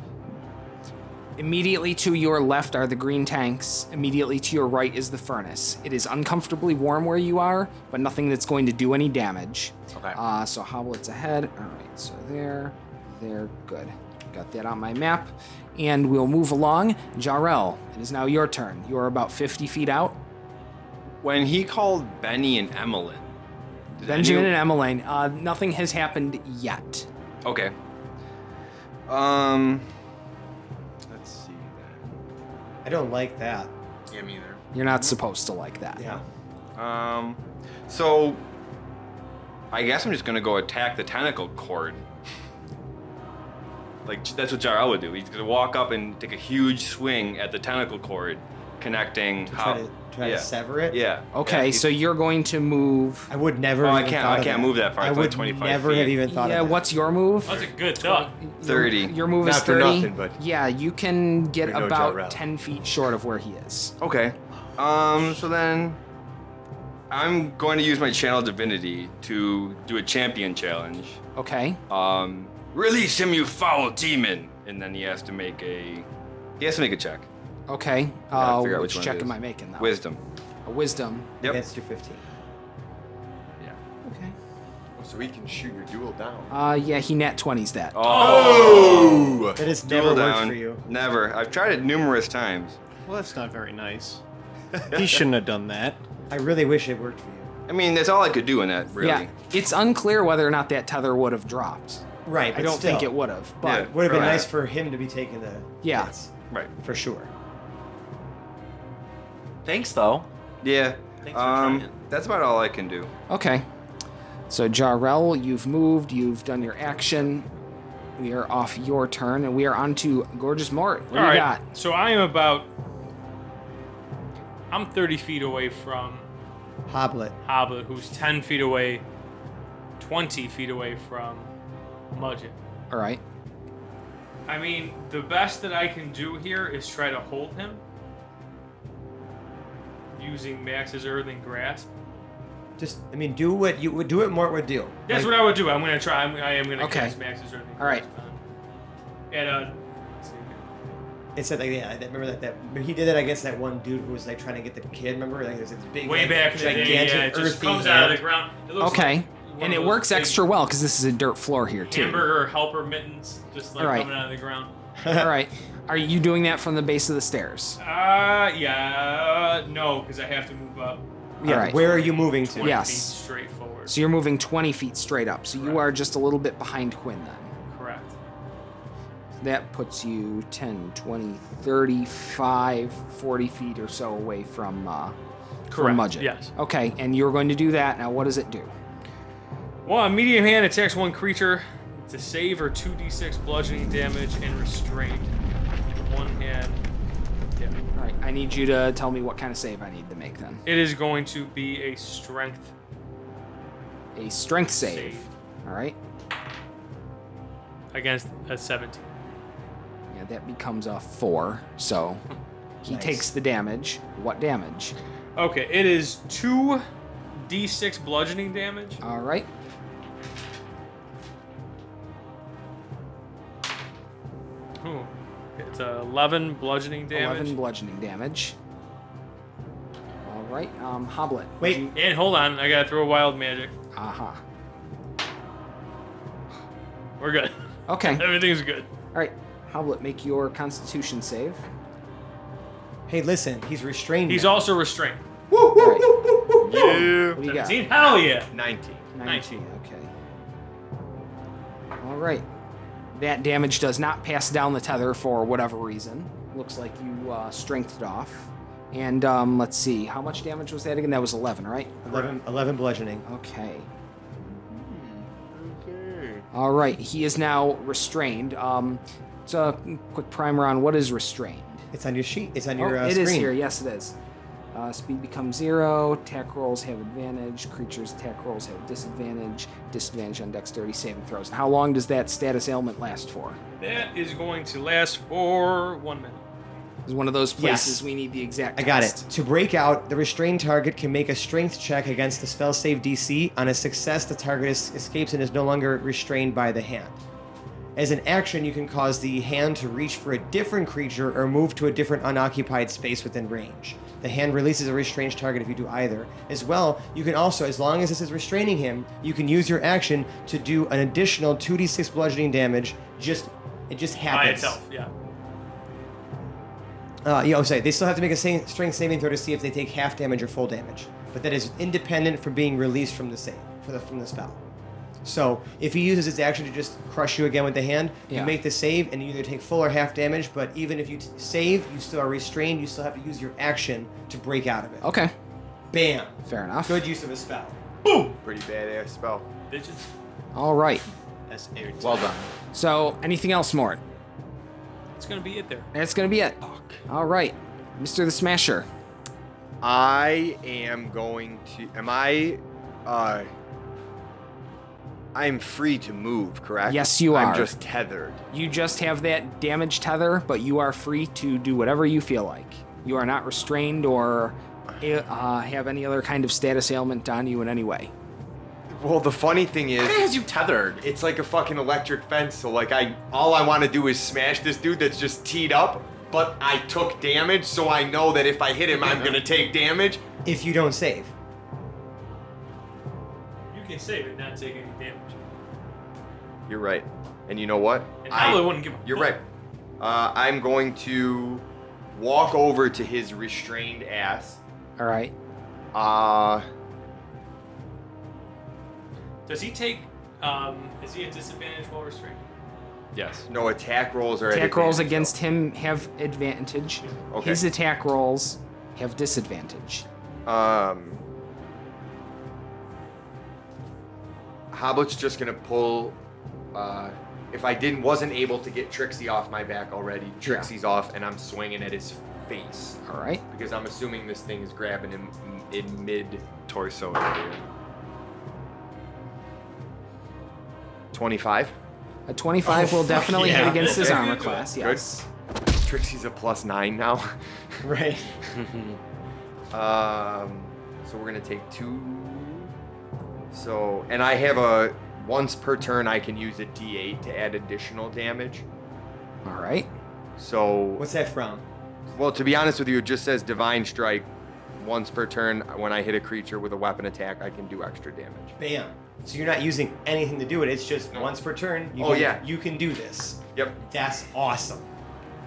immediately to your left are the green tanks. Immediately to your right is the furnace. It is uncomfortably warm where you are, but nothing that's going to do any damage. Okay. Uh, so Hoblet's ahead. All right, so there, there, good. Got that on my map, and we'll move along. Jarrell, it is now your turn. You are about 50 feet out. When he called Benny and Emmeline, did Benjamin any- and Emmeline, uh, nothing has happened yet. Okay. Um. Let's see. then. I don't like that. Yeah, me either. You're not supposed to like that. Yeah. Um. So. I guess I'm just gonna go attack the tentacle cord. Like that's what Jarl would do. He's gonna walk up and take a huge swing at the tentacle cord, connecting. Try how- to try yeah. to sever it. Yeah. Okay, Yeah, so you're going to move. I would never. Oh, have I even can't- thought I of can't that. move that far. I It's only would 25 never feet. have even thought Yeah, of that. what's your move? That's a good duck. Thirty. Your move is Not for 30. nothing, but- yeah, you can get Here we go, about Jarrell. 10 feet short of where he is. Oh. Okay. Um, so then I'm going to use my channel divinity to do a champion challenge. Okay. Um, release him, you foul demon! And then he has to make a he has to make a check. Okay. gotta Uh, figure out which which one it check am is. I making now? Wisdom. A wisdom. Yep. Against your 15. Yeah. Okay. Oh, So we can shoot your duel down. Uh, yeah, he nat 20s that. Oh! That has never Duel worked Oh, down. for you. Never. I've tried it numerous times. Well, that's not very *laughs* nice. he shouldn't have done that. I really wish it worked for you. I mean, that's all I could do in that, really. Yeah, it's unclear whether or not that tether would have dropped. Right. But I don't still, think it would have, but Would have been Right. nice for him to be taking the. Yeah. hits, Right. for sure. Thanks though. Yeah. Thanks for Um, trying. that's about all I can do. okay. So Jarrell, you've moved, you've done your action. We are off your turn, and we are on to Gorgeous Mort. What do you got? So I am about. I'm 30 feet away from Hoblet. Haba, who's 10 feet away, 20 feet away from Mudgeon. All right. I mean, the best that I can do here is try to hold him using Max's Earthing Grasp. Just, I mean, do what you would do. What Mort would do. That's Like, what I would do. I'm gonna try. I'm, I am gonna Okay. cast Max's Earthing. All right. Grasp on him. And uh, let's see here. It said like yeah, that, remember that that but he did that. I guess that one dude who was like trying to get the kid. Remember like there's this big way like, back in the gigantic day, yeah, it just earthy comes out of the hand. ground. It looks Okay. like one and of it those works big extra well because this is a dirt floor here too. Hamburger helper mittens, just like All right. coming out of the ground. All right. Are you doing that from the base of the stairs? Uh, yeah, uh, no, because I have to move up. All Yeah, right. where are you moving to? 20 Yes. Feet straight forward. So you're moving 20 feet straight up. So you Correct. are just a little bit behind Quinn then. Correct. That puts you 10, 20, 35, 40 feet or so away from, uh, from Correct, Mudgeon. yes. Okay. And you're going to do that. Now, what does it do? Well, a medium hand attacks one creature to save or 2d6 bludgeoning damage and restraint. One hand. Yeah. All right. I need you to tell me what kind of save I need to make then. It is going to be a strength A strength save. save All right. against a 17. Yeah, that becomes a four. So he Nice. takes the damage. What damage? Okay, it is 2d6 bludgeoning damage. All right. Ooh. It's uh, 11 bludgeoning damage. 11 bludgeoning damage. All right, um, Hoblet. *laughs* Wait, And hold on, I gotta throw wild magic. Aha. We're good. *laughs* Okay. All Everything's good. right, Hoblet, make your Constitution save. hey, listen, he's restrained. He's now. also restrained. All right, what do you got? 17? Hell yeah! 19. 19. Okay. All right. That damage does not pass down the tether for whatever reason. Looks like you uh, strengthed off. And um, let's see, how much damage was that again? That was 11, right? 11, 11 bludgeoning. Okay. All right. He is now restrained. Um, it's a quick primer on what is restrained. It's on your sheet. It's on your oh, uh, it is screen. here. Yes, it is. Uh, speed becomes zero. Attack rolls have advantage. Creatures' attack rolls have disadvantage. Disadvantage on dexterity saving throws. And how long does that status ailment last for? That is going to last for one minute. It's one of those places Yes. we need the exact. I got it. test. To break out, the restrained target can make a strength check against the spell save DC. On a success, the target es- escapes and is no longer restrained by the hand. As an action, you can cause the hand to reach for a different creature or move to a different unoccupied space within range. The hand releases a restrained target if you do either. As well, you can also, as long as this is restraining him, you can use your action to do an additional 2d6 bludgeoning damage. Just it just happens. By itself, yeah. Uh, yeah, I'm sorry. They still have to make a sa- strength saving throw to see if they take half damage or full damage, but that is independent from being released from the save for the, from the spell. So if he uses his action to just crush you again with the hand, Yeah. you make the save and you either take full or half damage. But even if you t- save, you still are restrained. You still have to use your action to break out of it. Okay. Bam! Fair enough. Good use of a spell. Pretty badass spell. Bitches. All right. That's airtight. Well done. So, anything else, Mort? That's gonna be it there. That's gonna be it. All right, Mr. the Smasher. I am going to. Am I? Uh, I'm free to move, correct? Yes, you are. I'm just tethered. You just have that damage tether, but you are free to do whatever you feel like. You are not restrained or uh, have any other kind of status ailment on you in any way. Well, the funny thing How the hell is, has you tethered? it's like a fucking electric fence. So like, I all I want to do is smash this dude that's just teed up. But I took damage, so I know that if I hit him, I'm gonna take damage. If you don't save, You can save it, not take any damage. You're right. And you know what? And I- Howler wouldn't give a You're fuck. right. Uh, I'm going to walk over to his restrained ass. All right. Uh, Does he take? Um, is he at disadvantage while restrained? Yes. no attack rolls are at Attack rolls advantage, against him have advantage. Okay. His attack rolls have disadvantage. though. Um, Hoblet's just gonna pull. Uh, if I didn't wasn't able to get Trixie off my back already, Trixie's off, and I'm swinging at his face All right. because I'm assuming this thing is grabbing him in mid torso area. Twenty-five. A 25 will definitely hit yeah. against *laughs* his Okay. armor Good. class, Oh, Good. yes. Trixie's a plus nine now. *laughs* right? um, so we're gonna take two. So and I have a once per turn I can use a D8 to add additional damage. All right. So What's that from? well, to be honest with you, it just says divine strike. Once per turn, when I hit a creature with a weapon attack, I can do extra damage. Bam. So you're not using anything to do it. It's just once per turn. You Oh, can, yeah. You can do this. Yep, That's awesome.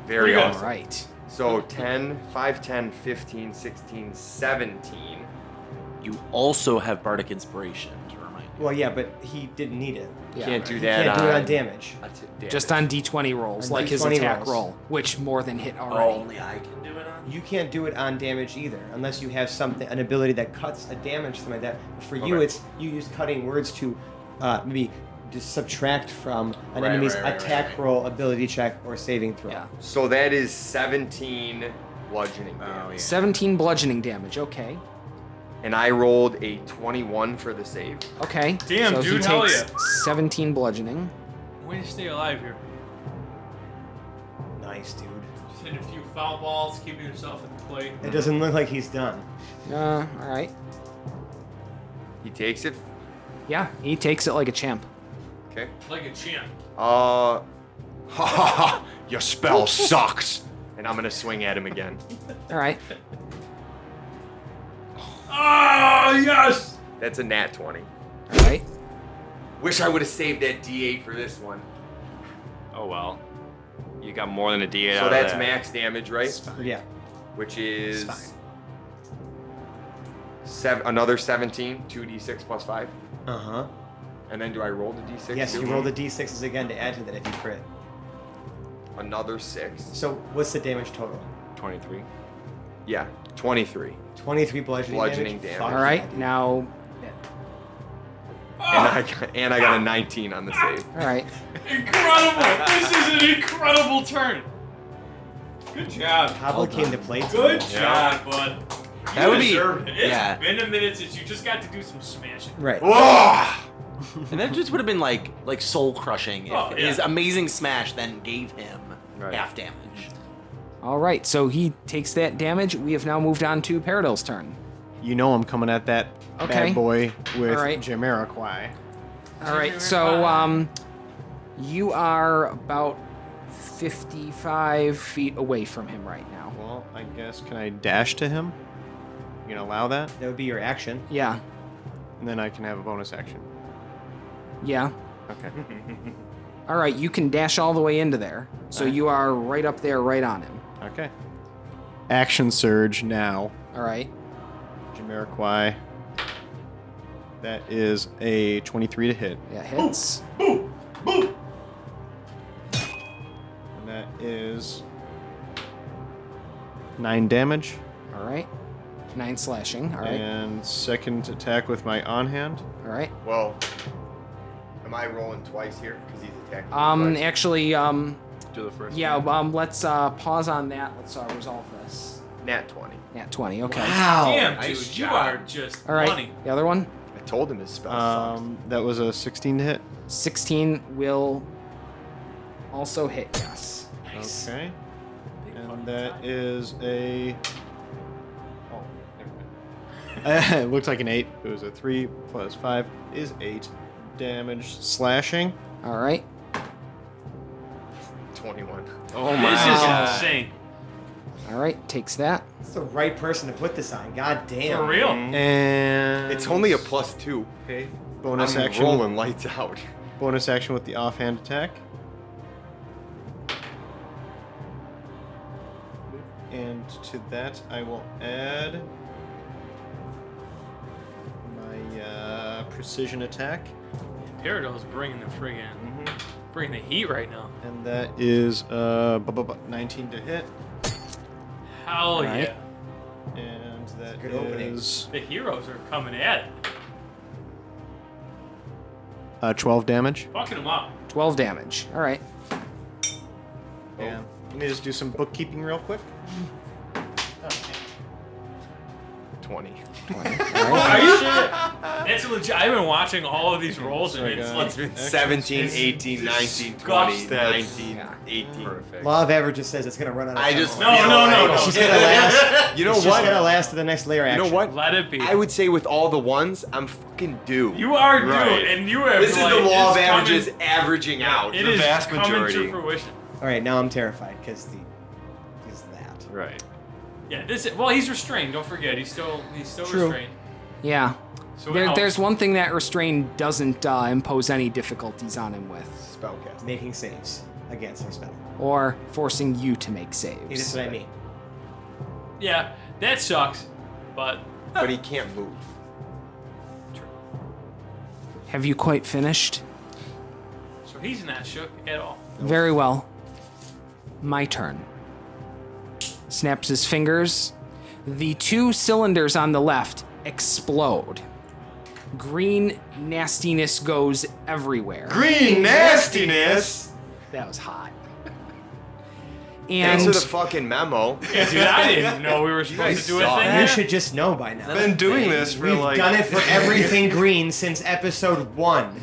very Pretty good. All awesome. right. So 10, 5, 10, 15, 16, 17. You also have bardic inspiration to remind you. Well, yeah, but he didn't need it. Yeah. Can't do He that. can't do it on on- damage. that's it, damn Just it. on d20 rolls, On like his D20 attack rolls. roll, which more than hit already. Only I can do it on. You can't do it on damage either, unless you have something, an ability that cuts a damage, something like that. For you, Okay. it's you use cutting words to uh, maybe just subtract from an Right, enemy's right, right, attack right, right. roll, ability check, or saving throw. Yeah. So that is 17 bludgeoning damage. Oh yeah. 17 bludgeoning damage. Okay. and I rolled a 21 for the save. Okay. Damn, so dude, he hell takes yeah. 17 bludgeoning. Way to stay alive here. Nice, dude. Just hit a few foul balls, keeping yourself at the plate. It doesn't look like he's done. Uh, all right. He takes it. Yeah, he takes it like a champ. Okay. Like a champ. Uh. *laughs* Ha ha ha! Your *laughs* spell sucks. And I'm gonna swing at him again. All *laughs* right. Ah yes! That's a nat 20. All right. Wish I would have saved that D8 for this one. Oh well. You got more than a D8 out so of that's that. max damage, right? Yeah. Which is It's fine. sev- another 17, 2d6 plus 5. Uh huh. And then do I roll the d6? Yes, too? you roll the d6s again to add to that if you crit. Another 6. So what's the damage total? 23. Yeah, 23. 23 bludgeoning, Bludgeoning damage. damage. Fuck All yeah, right. dude. Now. And, I got, and I got a 19 on the save. All right. Incredible! this is an incredible turn. Good job. Hobble came to play. Good today. job, bud. You That would be- deserved it. It's yeah. been a minute since you just got to do some smashing. Right. *laughs* And that just would have been like like soul crushing if Oh, yeah. his amazing smash then gave him Right. half damage. All right. So he takes that damage. We have now moved on to Paradil's turn. You know I'm coming at that Okay. bad boy with All right. Jamiroquai. All right. So um, You are about 55 feet away from him right now. Well, I guess can I dash to him? You can allow that, That would be your action. Yeah, and then I can have a bonus action. *laughs* yeah. Okay. All right, you can dash all the way into there. So you are right up there, right on him. Okay. Action surge now. All right. Jamiroquai. That is a 23 to hit. That hits. And that is 9 damage. All right. Nine slashing. All right. And second attack with my on hand. All right. Well, am I rolling twice here because he's attacking? me Um, twice? actually, um, Do the first. yeah, um, let's uh, pause on that. Let's uh, resolve this. nat twenty. Nat 20, okay. Wow. Damn, dude, nice you job. are just All right. money. The other one, I told him his spell sucks. Um, that was a 16 to hit. 16 will also hit, yes. Okay. And that is a. Oh, never mind. *laughs* it looked like an 8. It was a 3 plus 5 is 8 damage slashing. All right. Twenty-one. Oh my. This Wow. is insane. All right, takes that. That's the right person to put this on. God damn. For Mm-hmm. real. And. It's only a plus two. Okay. Bonus I'm action. rolling lights out. *laughs* Bonus action with the offhand attack. And to that, I will add my uh, precision attack, Daredevil's bringing the friggin' bringing the heat right now. and that is uh, bu- bu- bu- 19 to hit, Hell Alright. yeah. and that Good opening. is The heroes are coming at it. uh, 12 damage. Fucking them up. 12 damage. All right. Oh. And let me just do some bookkeeping real quick. Twenty. Are you sure? That's legit. I've been watching all of these rolls and my it's God. like It's been Excellent. 17, It's 18, 19, 20, 19, disgusting. Yeah. 18. Perfect. Law of averages says it's gonna run out. Of I time. just No, feel no, like- no, no. She's *laughs* gonna last. You know it's what? Just gonna last to the next layer. You Action. know what? let it be. I would say with all the ones, I'm fucking due. you are dude, Right. and you are this is like, the law of it's coming- averages averaging out. It the is vast coming majority. to fruition. All right, now I'm terrified because the is that. Right. Yeah, this is, well, he's restrained. Don't forget, he's still he's still True. restrained. Yeah. So There, how- there's one thing that restrain doesn't uh, impose any difficulties on him with, Spellcast. Making saves against her spell. or forcing you to make Hey, This is saves. what I mean. yeah, that sucks, but But he can't move. Have you quite finished? so he's not shook at all. Very well. My turn. Snaps his fingers. The two cylinders on the left explode. Green nastiness goes everywhere. Green nastiness. That was hot. *laughs* And Thanks for the fucking memo. Yeah, *laughs* dude, I didn't know we were supposed guys to do a suck. thing. Yeah. You there. should just know by now. Been doing this for We've like. done it *laughs* for everything green since episode one.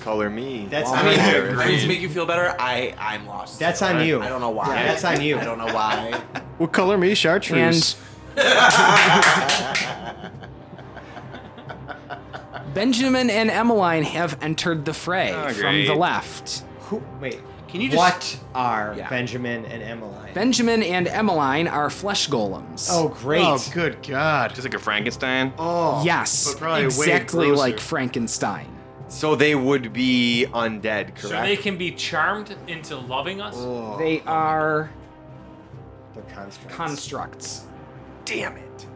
Color me. That's I I mean, mean, I mean, to make you feel better, I I'm lost. That's on you. I don't know why. Yeah, that's on you. I don't *laughs* know why. Well, color me chartreuse. Benjamin and Emmeline have entered the fray Oh, from great. the left. Who, wait. Can you just- What are Yeah. Benjamin and Emmeline? Benjamin and Emmeline are flesh golems. oh, great. oh, good God. Just like a Frankenstein. Oh. yes, but probably way exactly grosser. like Frankenstein. so they would be undead, correct? So they can be charmed into loving us. Oh, They are They're constructs. constructs. Damn it.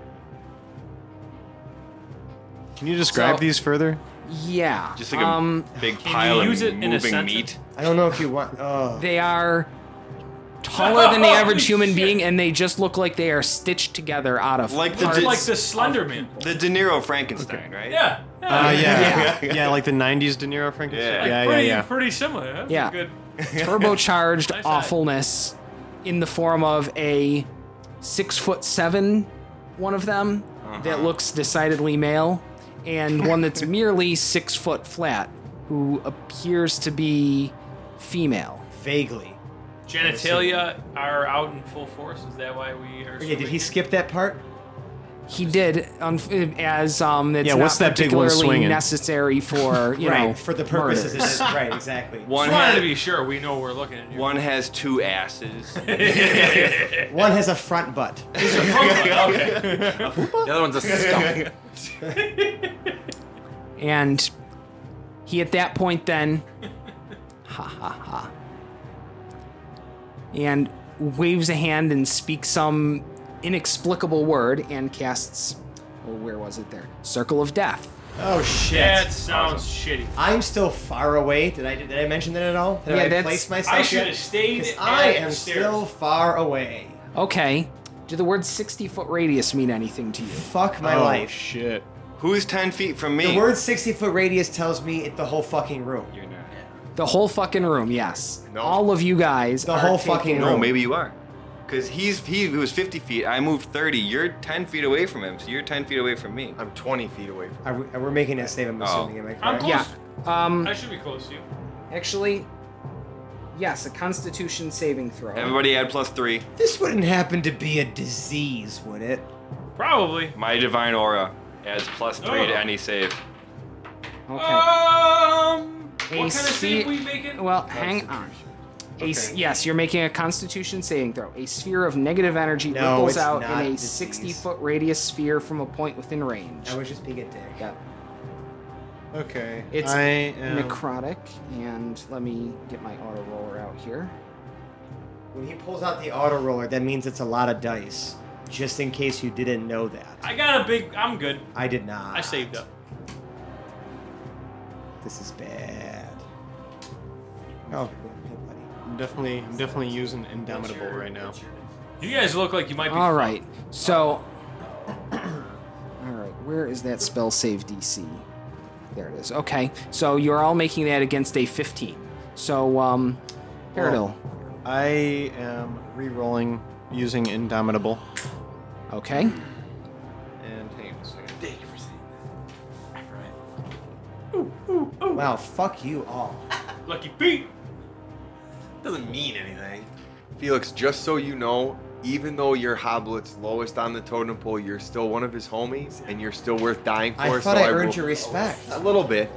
Can you describe So- these *laughs* further? Yeah. Just like a um, big you pile of use it in a moving sentence? meat. I don't know if you want. Oh. They are *laughs* taller *laughs* than the average human Holy shit. being, and they just look like they are stitched together out of Like the It's parts. di- like the Slender Man. The De Niro Frankenstein, right? Uh, Yeah. Uh, yeah. yeah. *laughs* yeah, like the '90s De Niro Frankenstein. Yeah. Yeah, yeah, pretty, yeah. pretty similar. That's Yeah. a good. *laughs* turbocharged Nice eye. awfulness in the form of a six foot seven one of them Uh-huh. that looks decidedly male, and one *laughs* that's merely six foot flat, who appears to be female. Vaguely. Genitalia are out in full force. Is that why we are? Okay, so did he big? skip that part? He did, unf- as um, it's Yeah, not what's that big one particularly swinging? necessary for you right know for the purposes murder. of this. right exactly. One Just wanted to has, be sure we know what we're looking at. Here. Oh, one has two *laughs* asses. One has a front butt. The other one's a stump. And he at that point then *laughs* ha ha ha and waves a hand and speaks some inexplicable word and casts well, where was it there? Circle of death. Oh shit. that sounds shitty. I'm still far away. Did I did I mention that at all? Did Yeah, I that's- place myself? I should have yet? stayed. 'Cause at I am the stairs. still far away. Okay. Do the word sixty foot radius mean anything to you? Fuck my oh, life. shit. Who's 10 feet from me? The word 60 foot radius tells me it the whole fucking room. You're not. The whole fucking room, yes. No. All of you guys. The are whole taking- fucking No, room. maybe you are. Because he's he was 50 feet. I moved 30. You're 10 feet away from him, so you're 10 feet away from me. I'm 20 feet away from. Are we, are we making that save? I'm Oh. assuming. Am I correct? I'm close. Yeah. Um I should be close to you. actually yes, a constitution saving throw. Everybody add plus three. This wouldn't happen to be a disease, would it? Probably. My divine aura adds plus three Oh. to any save. Okay. Um. What kind of AC save we making? Well, hang on. A s- yes, you're making a Constitution saving throw. A sphere of negative energy No, ripples it's out not in a disease. 60 foot radius sphere from a point within range. I was just being a dick. Yep. Okay. It's I am. Necrotic, and let me get my auto roller out here. When he pulls out the auto roller, that means it's a lot of dice. Just in case you didn't know that. I got a big. I'm good. I did not. I saved up. This is bad. Oh, hey, buddy. I'm definitely, I'm definitely using indomitable right now. You guys look like you might be. All right, so. *coughs* all right, where is that spell save DC? There it is. Okay, so you're all making that against a 15. So, um, Paradil. I am re-rolling using indomitable. Okay. And hang on a second. Thank you for saying that. I forgot. Wow, fuck you all. Lucky Pete. Doesn't mean anything. Felix, just so you know, even though you're Hoblet's lowest on the totem pole, you're still one of his homies, and you're still worth dying for. I so thought I earned will- your respect. A little bit.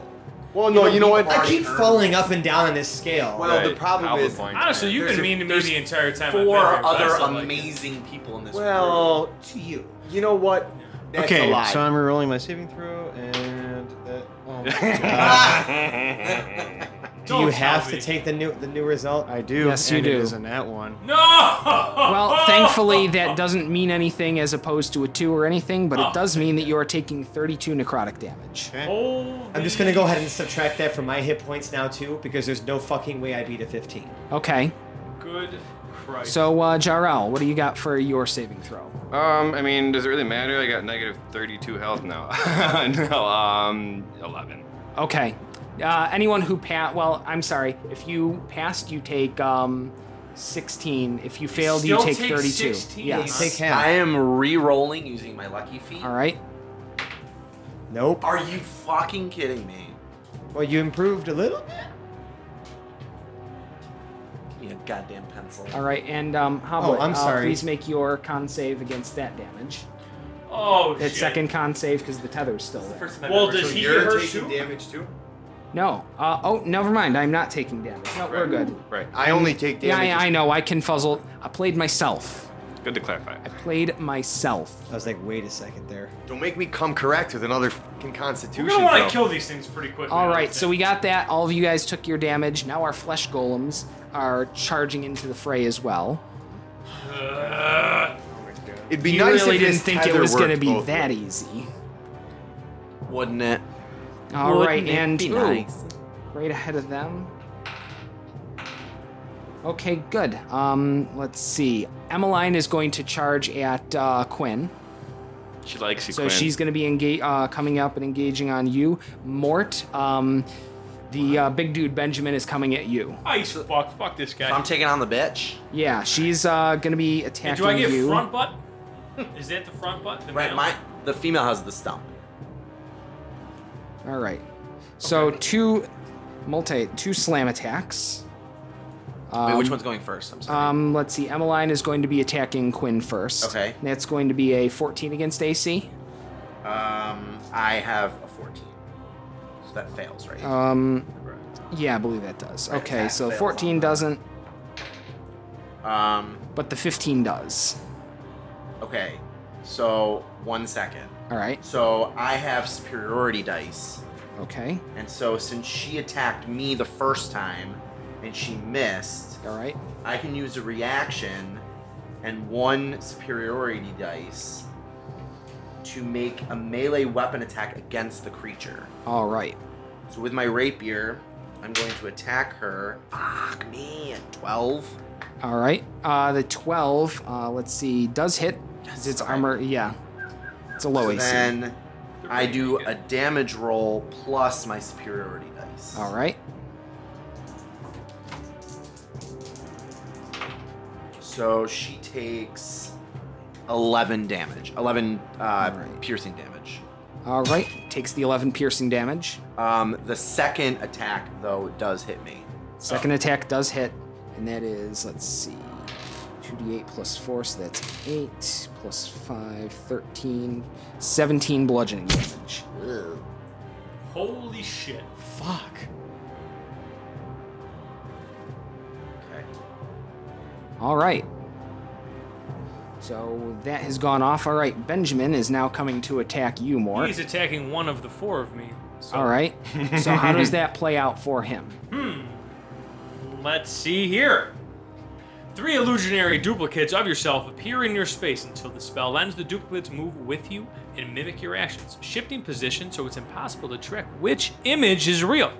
Well, no, you know what? I keep falling up and down on this scale. Well, the Right. problem Alpha is- point. Honestly, you've been There's- mean to me there's the entire time. I've been Four here, but I other still like it. amazing people in this room. Well, to you. you know what? That's okay, a lie. so I'm re-rolling my saving throw, and that. Oh my *laughs* God. Uh, Do Don't you tell have me. to take the new the new result? I do. Yes, you and do. It is a nat one. No. *laughs* Well, thankfully, that doesn't mean anything as opposed to a 2 or anything, but it does mean that you are taking 32 necrotic damage. Holy I'm just gonna go ahead and subtract that from my hit points now too, because there's no fucking way I beat a 15. Okay. Good Christ. So, uh, Jarrell, what do you got for your saving throw? Um, I mean, does it really matter? I got negative 32 health now. *laughs* no, um, 11. Okay. Uh, anyone who pat well, I'm sorry. If you passed, you take um, 16. If you failed, you still take take 32. 16, You yes. huh? take half. I am re-rolling using my lucky feet. All right. Nope. Are you fucking kidding me? Well, you improved a little bit. Give me a goddamn pencil. All right. And um, Hoblet, Oh, I'm uh, sorry. please make your con save against that damage. oh That shit. second con save because the tether's still there. First time Well, I've does ever- he you're get hurt taking too? damage too. No. Uh, oh, never mind. I'm not taking damage. No, we're good. Right. I only take Yeah, damage. I, I know. I can fuzzle. I played myself. Good to clarify. I played myself. I was like, wait a second there. Don't make me come correct with another fucking We're constitution. gonna want bro. to kill these things pretty quickly. All I right, so think. we got that. All of you guys took your damage. Now our flesh golems are charging into the fray as well. Uh, It'd be you nice really if didn't this think it tether was going to worked be both that ways. easy. Wouldn't it? All Wouldn't right, it and be ooh, nice? right ahead of them. Okay, good. Um, let's see. Emmeline is going to charge at uh, Quinn. She likes you, So Quinn. she's going to be enga- uh, coming up and engaging on you. Mort, um, the uh, big dude Benjamin is coming at you. ice fuck. Fuck this guy. I'm taking on the bitch. Yeah, she's uh, going to be attacking And do I get you. front butt? Is that the front butt? The Right, male? my the female has the stump. All right. So two multi two slam attacks. Wait, which one's going first? I'm sorry. Um, let's see. Emmeline is going to be attacking Quinn first. Okay. That's going to be a 14 against AC. Um, I have a 14. So that fails, right? Um, yeah, I believe that does. Right, Okay, that so fails 14 on that. doesn't, um, but the 15 does. okay. So, one second. All right. So, I have superiority dice. Okay. And so, since she attacked me the first time and she missed, All right. I can use a reaction and one superiority dice to make a melee weapon attack against the creature. All right. So with my rapier, I'm going to attack her. Fuck me at 12. All right. Uh, the 12, uh, let's see, does hit. It's all right. armor. Yeah. It's a low so AC. then I do a damage roll plus my superiority dice. All right. So she takes 11 damage, 11 uh, right. piercing damage. All right. Takes the 11 piercing damage. Um, the second attack, though, does hit me. Second attack does hit, and that is, let's see, 2d8 plus 4, so that's 8, plus 5, 13, 17 bludgeoning damage. Holy shit. Fuck. Okay. All right. So that has gone off. All right, Benjamin is now coming to attack you more. He's attacking one of the four of me. So All right. So how does that play out for him? Let's see here. Three illusionary duplicates of yourself appear in your space until the spell ends. The duplicates move with you and mimic your actions, shifting position so it's impossible to track which image is real.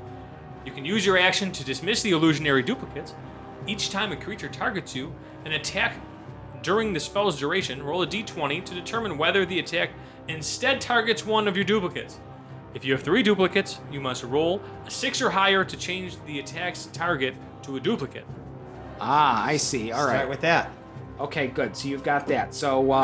You can use your action to dismiss the illusionary duplicates. Each time a creature targets you, an attack during the spell's duration, roll a d20 to determine whether the attack instead targets one of your duplicates. If you have three duplicates, you must roll a six or higher to change the attack's target to a duplicate. Ah, I see. All Start right. with that. Okay, good. So you've got that. So um,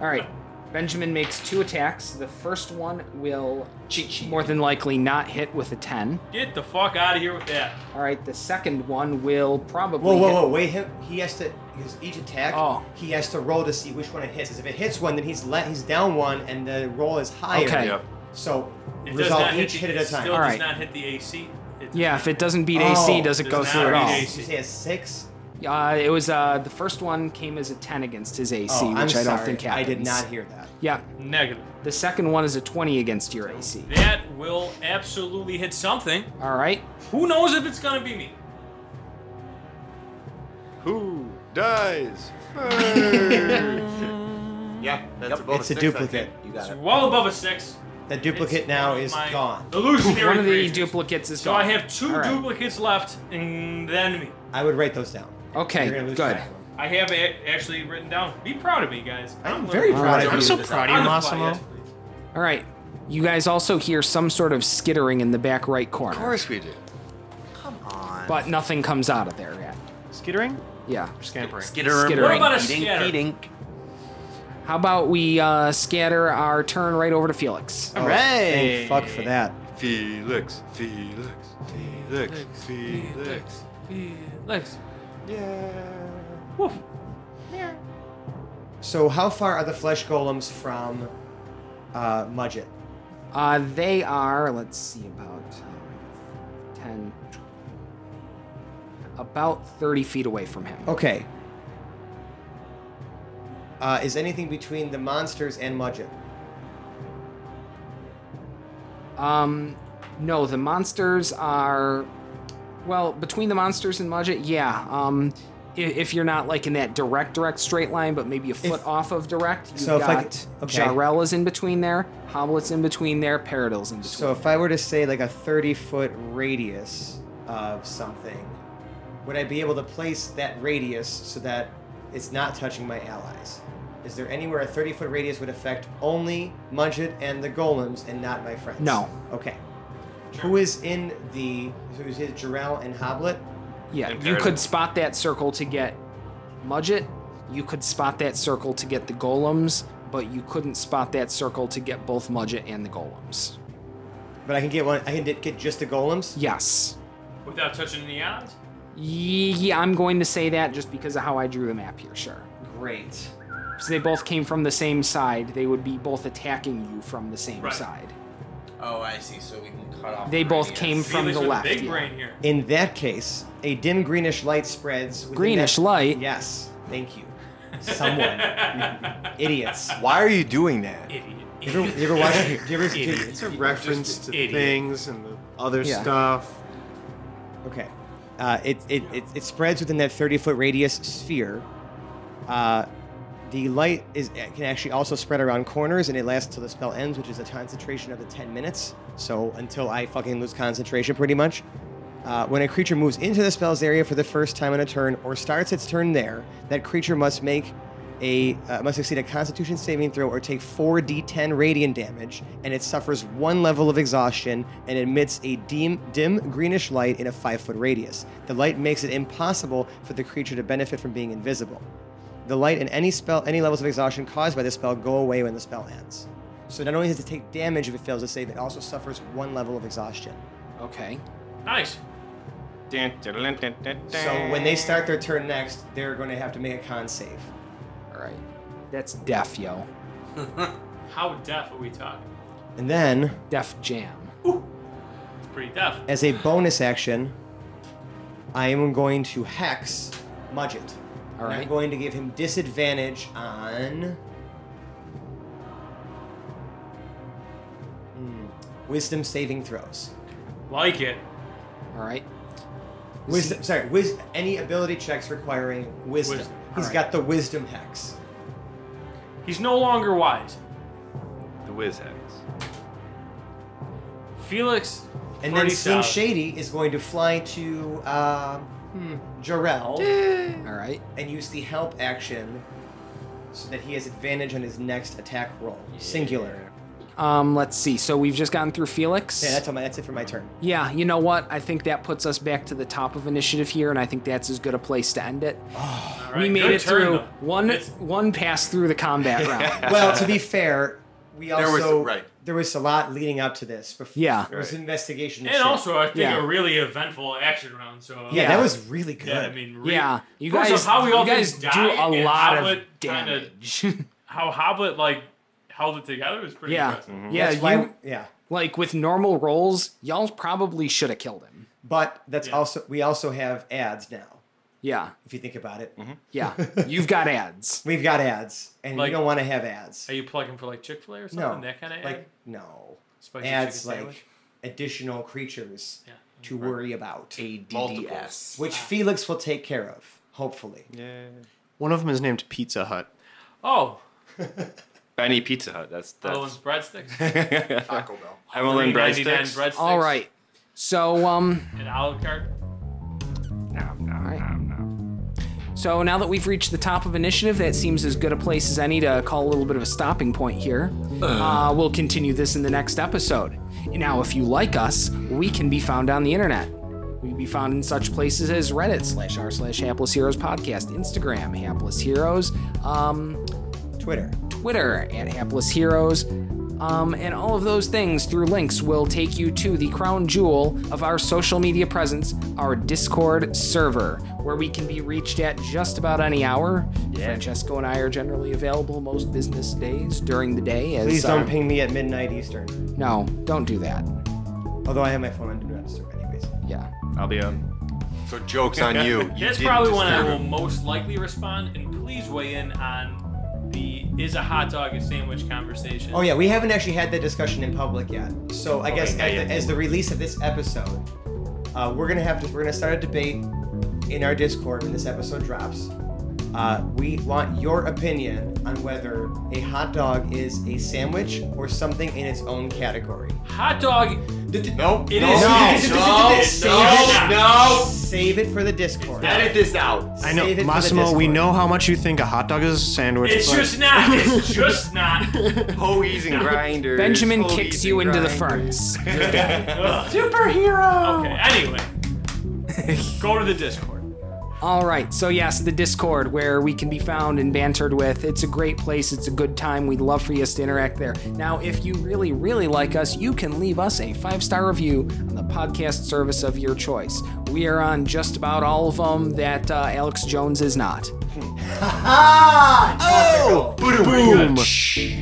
all right, Benjamin makes two attacks. The first one will Cheat sheet. more than likely not hit with a 10. Get the fuck out of here with that. All right, the second one will probably. Whoa, whoa, hit- whoa! Wait, him. He has to because each attack, Oh. he has to roll to see which one it hits. 'Cause If it hits one, then he's let he's down one, and the roll is higher. Okay. Yep. So It does resolve not each hit, hit the, at a it time. Still Alright. does not hit the AC. It does Yeah, not if it doesn't beat AC, Oh, doesn't does go not through at all. read Did you say a six? Uh, it was uh, the first one came as a 10 against his AC, oh, which I'm I sorry. don't think I happens. did not hear that. Yeah, negative. the second one is a 20 against your AC. That will absolutely hit something. All right. Who knows if it's gonna be me? Who dies? *laughs* Yeah, that's Yep, it's a duplicate. You got It's it. well above a six. The duplicate It's now one of is my gone. Illusionary One of the creatures. duplicates is So gone. I have two All right. duplicates left, and then me. I would write those down. You're gonna Okay, lose good. track of them. I have a- actually written down. Be proud of me, guys. I'm I'm very literally- proud of I'm you. Oh, so proud of you, On the fly, Massimo. yes, please. All right. You guys also hear some sort of skittering in the back right corner, Of course we do. Come on. but nothing comes out of there yet. Skittering? Yeah. Or scampering? skittering, Skittering. What about a eating, scatter? eating. How about we uh, scatter our turn right over to Felix? Oh, Hooray! thank fuck for that. Felix, Felix, Felix, Felix. Legs. Yeah. So how far are the flesh golems from uh, Mudget? Uh, they are, let's see, about um, 10, about 30 feet away from him. Okay. Uh, is anything between the monsters and Mudget? Um, no, the monsters are, well, between the monsters and Mudget, yeah. Um, i- if, you're not like in that direct, direct straight line, but maybe a foot off of direct, you've So if got I could- okay. Jarell is in between there, Hoblet's in between there, Paradil's in between. So if I were to say like a 30 foot radius of something, would I be able to place that radius so that it's not touching my allies? Is there anywhere a 30 foot radius would affect only Mudget and the golems and not my friends? No. Okay. Who is in the. Who is it, Jarrell and Hoblet? Yeah, And you could Paradise. spot that circle to get Mudget. You could spot that circle to get the golems, but you couldn't spot that circle to get both Mudget and the golems. But I can get one. I can get just the golems? Yes. Without touching the eyes? Yeah, I'm going to say that just because of how I drew the map here, sure. Great. So they both came from the same side. They would be both attacking you from the same Right. side. Oh, I see. So we can cut off. They the both radius. came from Felix the with left. Big yeah. brain here. *laughs* In that case, a dim greenish light spreads. within Greenish that- light? Yes. Thank you. Someone. *laughs* Idiots. Why are you doing that? Idiot. You ever, you ever *laughs* watch? Do you ever? do- Idiot. It's a reference to idiot. things and the other Yeah. stuff. Okay. Uh, it, it, it, it spreads within that 30 foot radius sphere. Uh, the light is it can actually also spread around corners and it lasts till the spell ends, which is a concentration of the 10 minutes. So until I fucking lose concentration, pretty much. Uh, when a creature moves into the spell's area for the first time in a turn or starts its turn there, that creature must make a uh, must succeed a Constitution saving throw or take 4d10 radiant damage, and it suffers one level of exhaustion and emits a dim, dim greenish light in a five foot radius. The light makes it impossible for the creature to benefit from being invisible. The light and any spell, any levels of exhaustion caused by the spell go away when the spell ends. So not only does it take damage if it fails to save, it also suffers one level of exhaustion. Okay. Nice. Dun, dun, dun, dun, dun, dun. So when they start their turn next, they're going to have to make a con save. All right. That's deaf, yo. How deaf are we talking? And then, Def jam. It's pretty deaf. as a bonus action, I am going to hex Mudget. All I'm right. going to give him disadvantage on. Hmm, Wisdom saving throws. Like it. All right. Wisdom, sorry, wis- any ability checks requiring wisdom. He's Wisdom, alright. got the wisdom hex. He's no longer wise. The whiz hex. Felix. And then pretty Slim solid. Shady is going to fly to uh, hmm, Jarrell. All right. and use the help action so that he has advantage on his next attack roll. Singular. Um, let's see. So we've just gotten through Felix. Yeah, that's, all my, that's it for my *laughs* turn. Yeah, you know what? I think that puts us back to the top of initiative here, and I think that's as good a place to end it. All we right, made good it turn, through though. one one pass through the *laughs* combat round. Well, to be fair, we also was- right. there was a lot leading up to this. Before, Yeah. there was investigation. And shit. also, I think Yeah. a really eventful action round. So yeah, Yeah. that was really good. yeah, I mean, re- yeah, you First guys, off, how we all you guys do just died a and lot how of it kinda- damage. *laughs* How Hoblet like held it together was pretty yeah, Mm-hmm. impressive. yeah. that's why. you- yeah, like with normal rolls, y'all probably should have killed him. but that's Yeah. also we also have ads now. Yeah, If you think about it, Mm-hmm. yeah. You've got ads. we've got ads, and we Like- don't want to have ads. Are you plugging for like Chick Fil A or no, something? That kind of like no Spicy ads chicken like sandwich? additional creatures Yeah. to worry about. ADDS. which Felix will take care of, hopefully. Yeah. One of them is named Pizza Hut. Oh, Benny Pizza Hut. That's other one's that's. breadsticks. Taco Bell. Evelyn $3.99 breadsticks. breadsticks. All right. So um, An olive card. So now that we've reached the top of initiative, that seems as good a place as any to call a little bit of a stopping point here. Uh, we'll continue this in the next episode. Now, if you like us, we can be found on the internet. We can be found in such places as Reddit slash r slash Hapless Heroes podcast, Instagram Hapless Heroes, um, Twitter. Twitter at Hapless Heroes. Um, and all of those things through links will take you to the crown jewel of our social media presence, our Discord server, where we can be reached at just about any hour. Francesco and I are generally available most business days during the day. As, Please uh, don't ping me at midnight Eastern. No, don't do that. Although I have my phone on Do Not Disturb, anyways. Yeah. I'll be on. So joke's on *laughs* you. You That's didn't probably when I disturb will him. most likely respond. And please weigh in on the is a hot dog a sandwich conversation. Oh, yeah, we haven't actually had that discussion in public yet. So I guess not at yet. the, as the release of this episode, uh, we're gonna have to we're gonna start a debate in our Discord when this episode drops. Uh, we want your opinion on whether a hot dog is a sandwich or something in its own category. Hot dog. Nope. It no, is- No. No, Save no, it. no. Save it for the Discord. Edit this out. I know, Save it for the Massimo. We Discord. know how much you think a hot dog is a sandwich. It's but- just not. It's just not. Hoagies and grinders. Benjamin hoagies kicks and you into the grinders. furnace. Ugh. Superhero! Okay. Anyway, go to the Discord. All right. So, yes, the Discord where we can be found and bantered with. It's a great place. It's a good time. We'd love for you to interact there. Now, if you really, really like us, you can leave us a five star review on the podcast service of your choice. We are on just about all of them that uh, Alex Jones is not. Ah! Oh! Boom!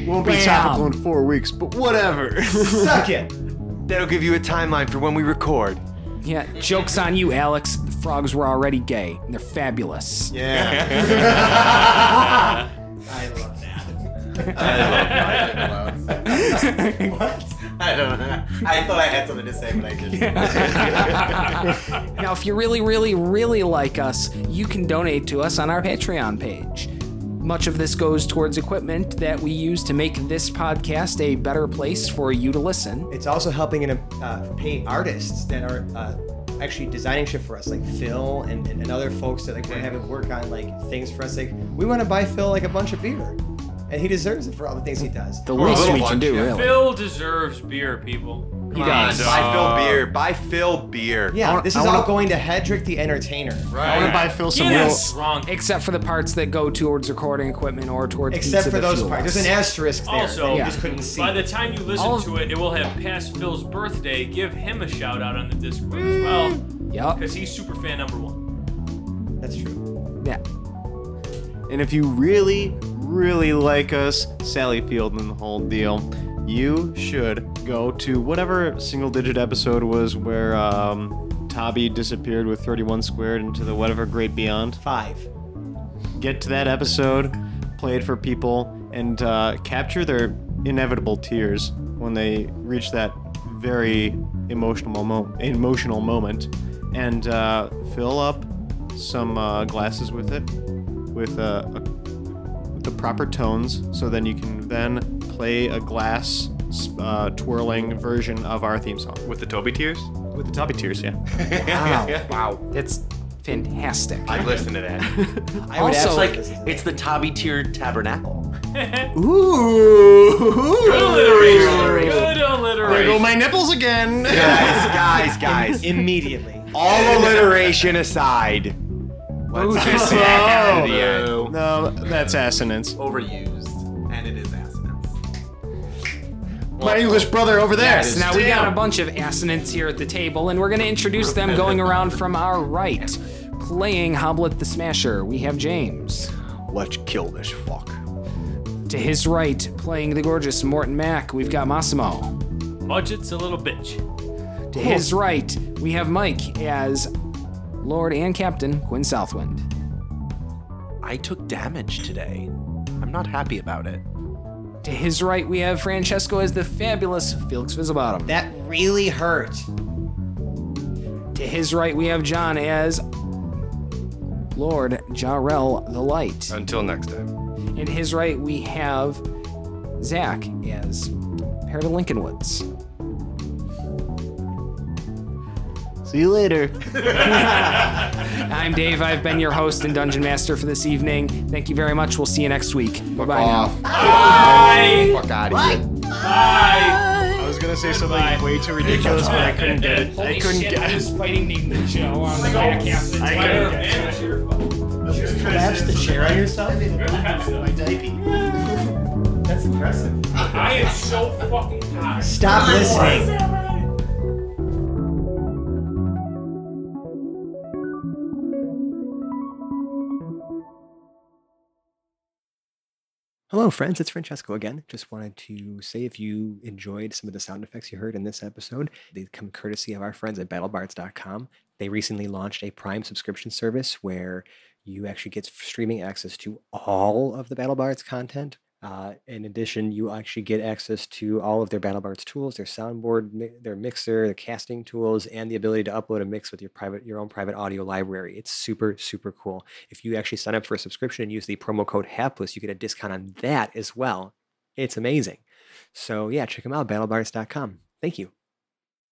Won't be Bam. topical in four weeks, but whatever. *laughs* Suck it! That'll give you a timeline for when we record. Yeah, joke's on you, Alex. The frogs were already gay. and They're fabulous. yeah. I love that. I don't know. I thought I had something to say, but I *laughs* didn't. Now, if you really, really, really like us, you can donate to us on our Patreon page. Much of this goes towards equipment that we use to make this podcast a better place for you to listen. It's also helping in uh, pay artists that are uh, actually designing shit for us, like Phil and, and, and other folks that like we're having work on like things for us. Like we want to buy Phil like a bunch of beer, and he deserves it for all the things he does. The Or a least little we can bunch, do, yeah. really. *laughs* Phil deserves beer, people. He Come on. does. Buy Uh, Phil beer. Buy Phil beer. yeah, wanna- this I is wanna- all going to Hedrick the Entertainer, I want to buy Phil some Yes. real. Wrong. Except for the parts that go towards recording equipment or towards except pizza for to those fuel parts. us. There's an asterisk there that Also, you just couldn't see. by the time you listen All of- to it, it will have passed Phil's birthday. Give him a shout out on the Discord Mm. as well, Yup. because he's super fan number one. That's true. Yeah. And if you really, really like us, Sally Field and the whole deal, you should go to whatever single digit episode was where um, Tabby disappeared with 31 squared into the whatever great beyond. Five. Get to that episode, play it for people, and uh, capture their inevitable tears when they reach that very emotional mo- emotional moment, and uh, fill up some uh, glasses with it, with uh, a the proper tones so then you can then play a glass sp- uh, twirling version of our theme song With the Toby tears? with the toppy tears yeah wow. It's fantastic. I'd listen to that. I would Also- also, Like, it's the Tabby Tier Tabernacle. Alliteration. Good there alliteration. go my nipples again *laughs* guys, guys, guys. immediately. All alliteration aside. Let's just *laughs* add to the end. *laughs* no that's assonance Overused, and it is assonance. my english brother over there Yes, now we got a bunch of assonants here at the table, and we're going to introduce them going around from our right. Playing Hoblet the Smasher, we have James. Let's kill this fuck. To his right, playing the gorgeous Morton Mack, we've got Massimo. Budget's a little bitch. To his right, we have Mike as Lord and Captain Quinn Southwind. I took damage today. I'm not happy about it. To his right, we have Francesco as the fabulous Felix Visibottom. That really hurt. To his right, we have John as Lord Jarrell the Light. Until next time. And to his right, we have Zach as Pair to Lincoln Woods. see you later I'm Dave. I've been your host and dungeon master for this evening. Thank you very much. We'll see you next week. Bye bye now. Bye. Fuck out of here. Bye. i was gonna say Goodbye. something way too ridiculous but i couldn't get it i couldn't get it fighting Ninja Joe on the back half I couldn't get it. Collapse the chair on *laughs* yourself. That's impressive. I am so fucking tired. Stop listening. Hello, friends. It's Francesco again. Just wanted to say if you enjoyed some of the sound effects you heard in this episode, they come courtesy of our friends at battlebards.com. They recently launched a Prime subscription service where you actually get streaming access to all of the BattleBards content. Uh, in addition, you actually get access to all of their BattleBards tools, their soundboard, mi- their mixer, their casting tools, and the ability to upload a mix with your private, your own private audio library. It's super, super cool. If you actually sign up for a subscription and use the promo code HAPLESS, you get a discount on that as well. It's amazing. So yeah, check them out, BattleBards.com. Thank you.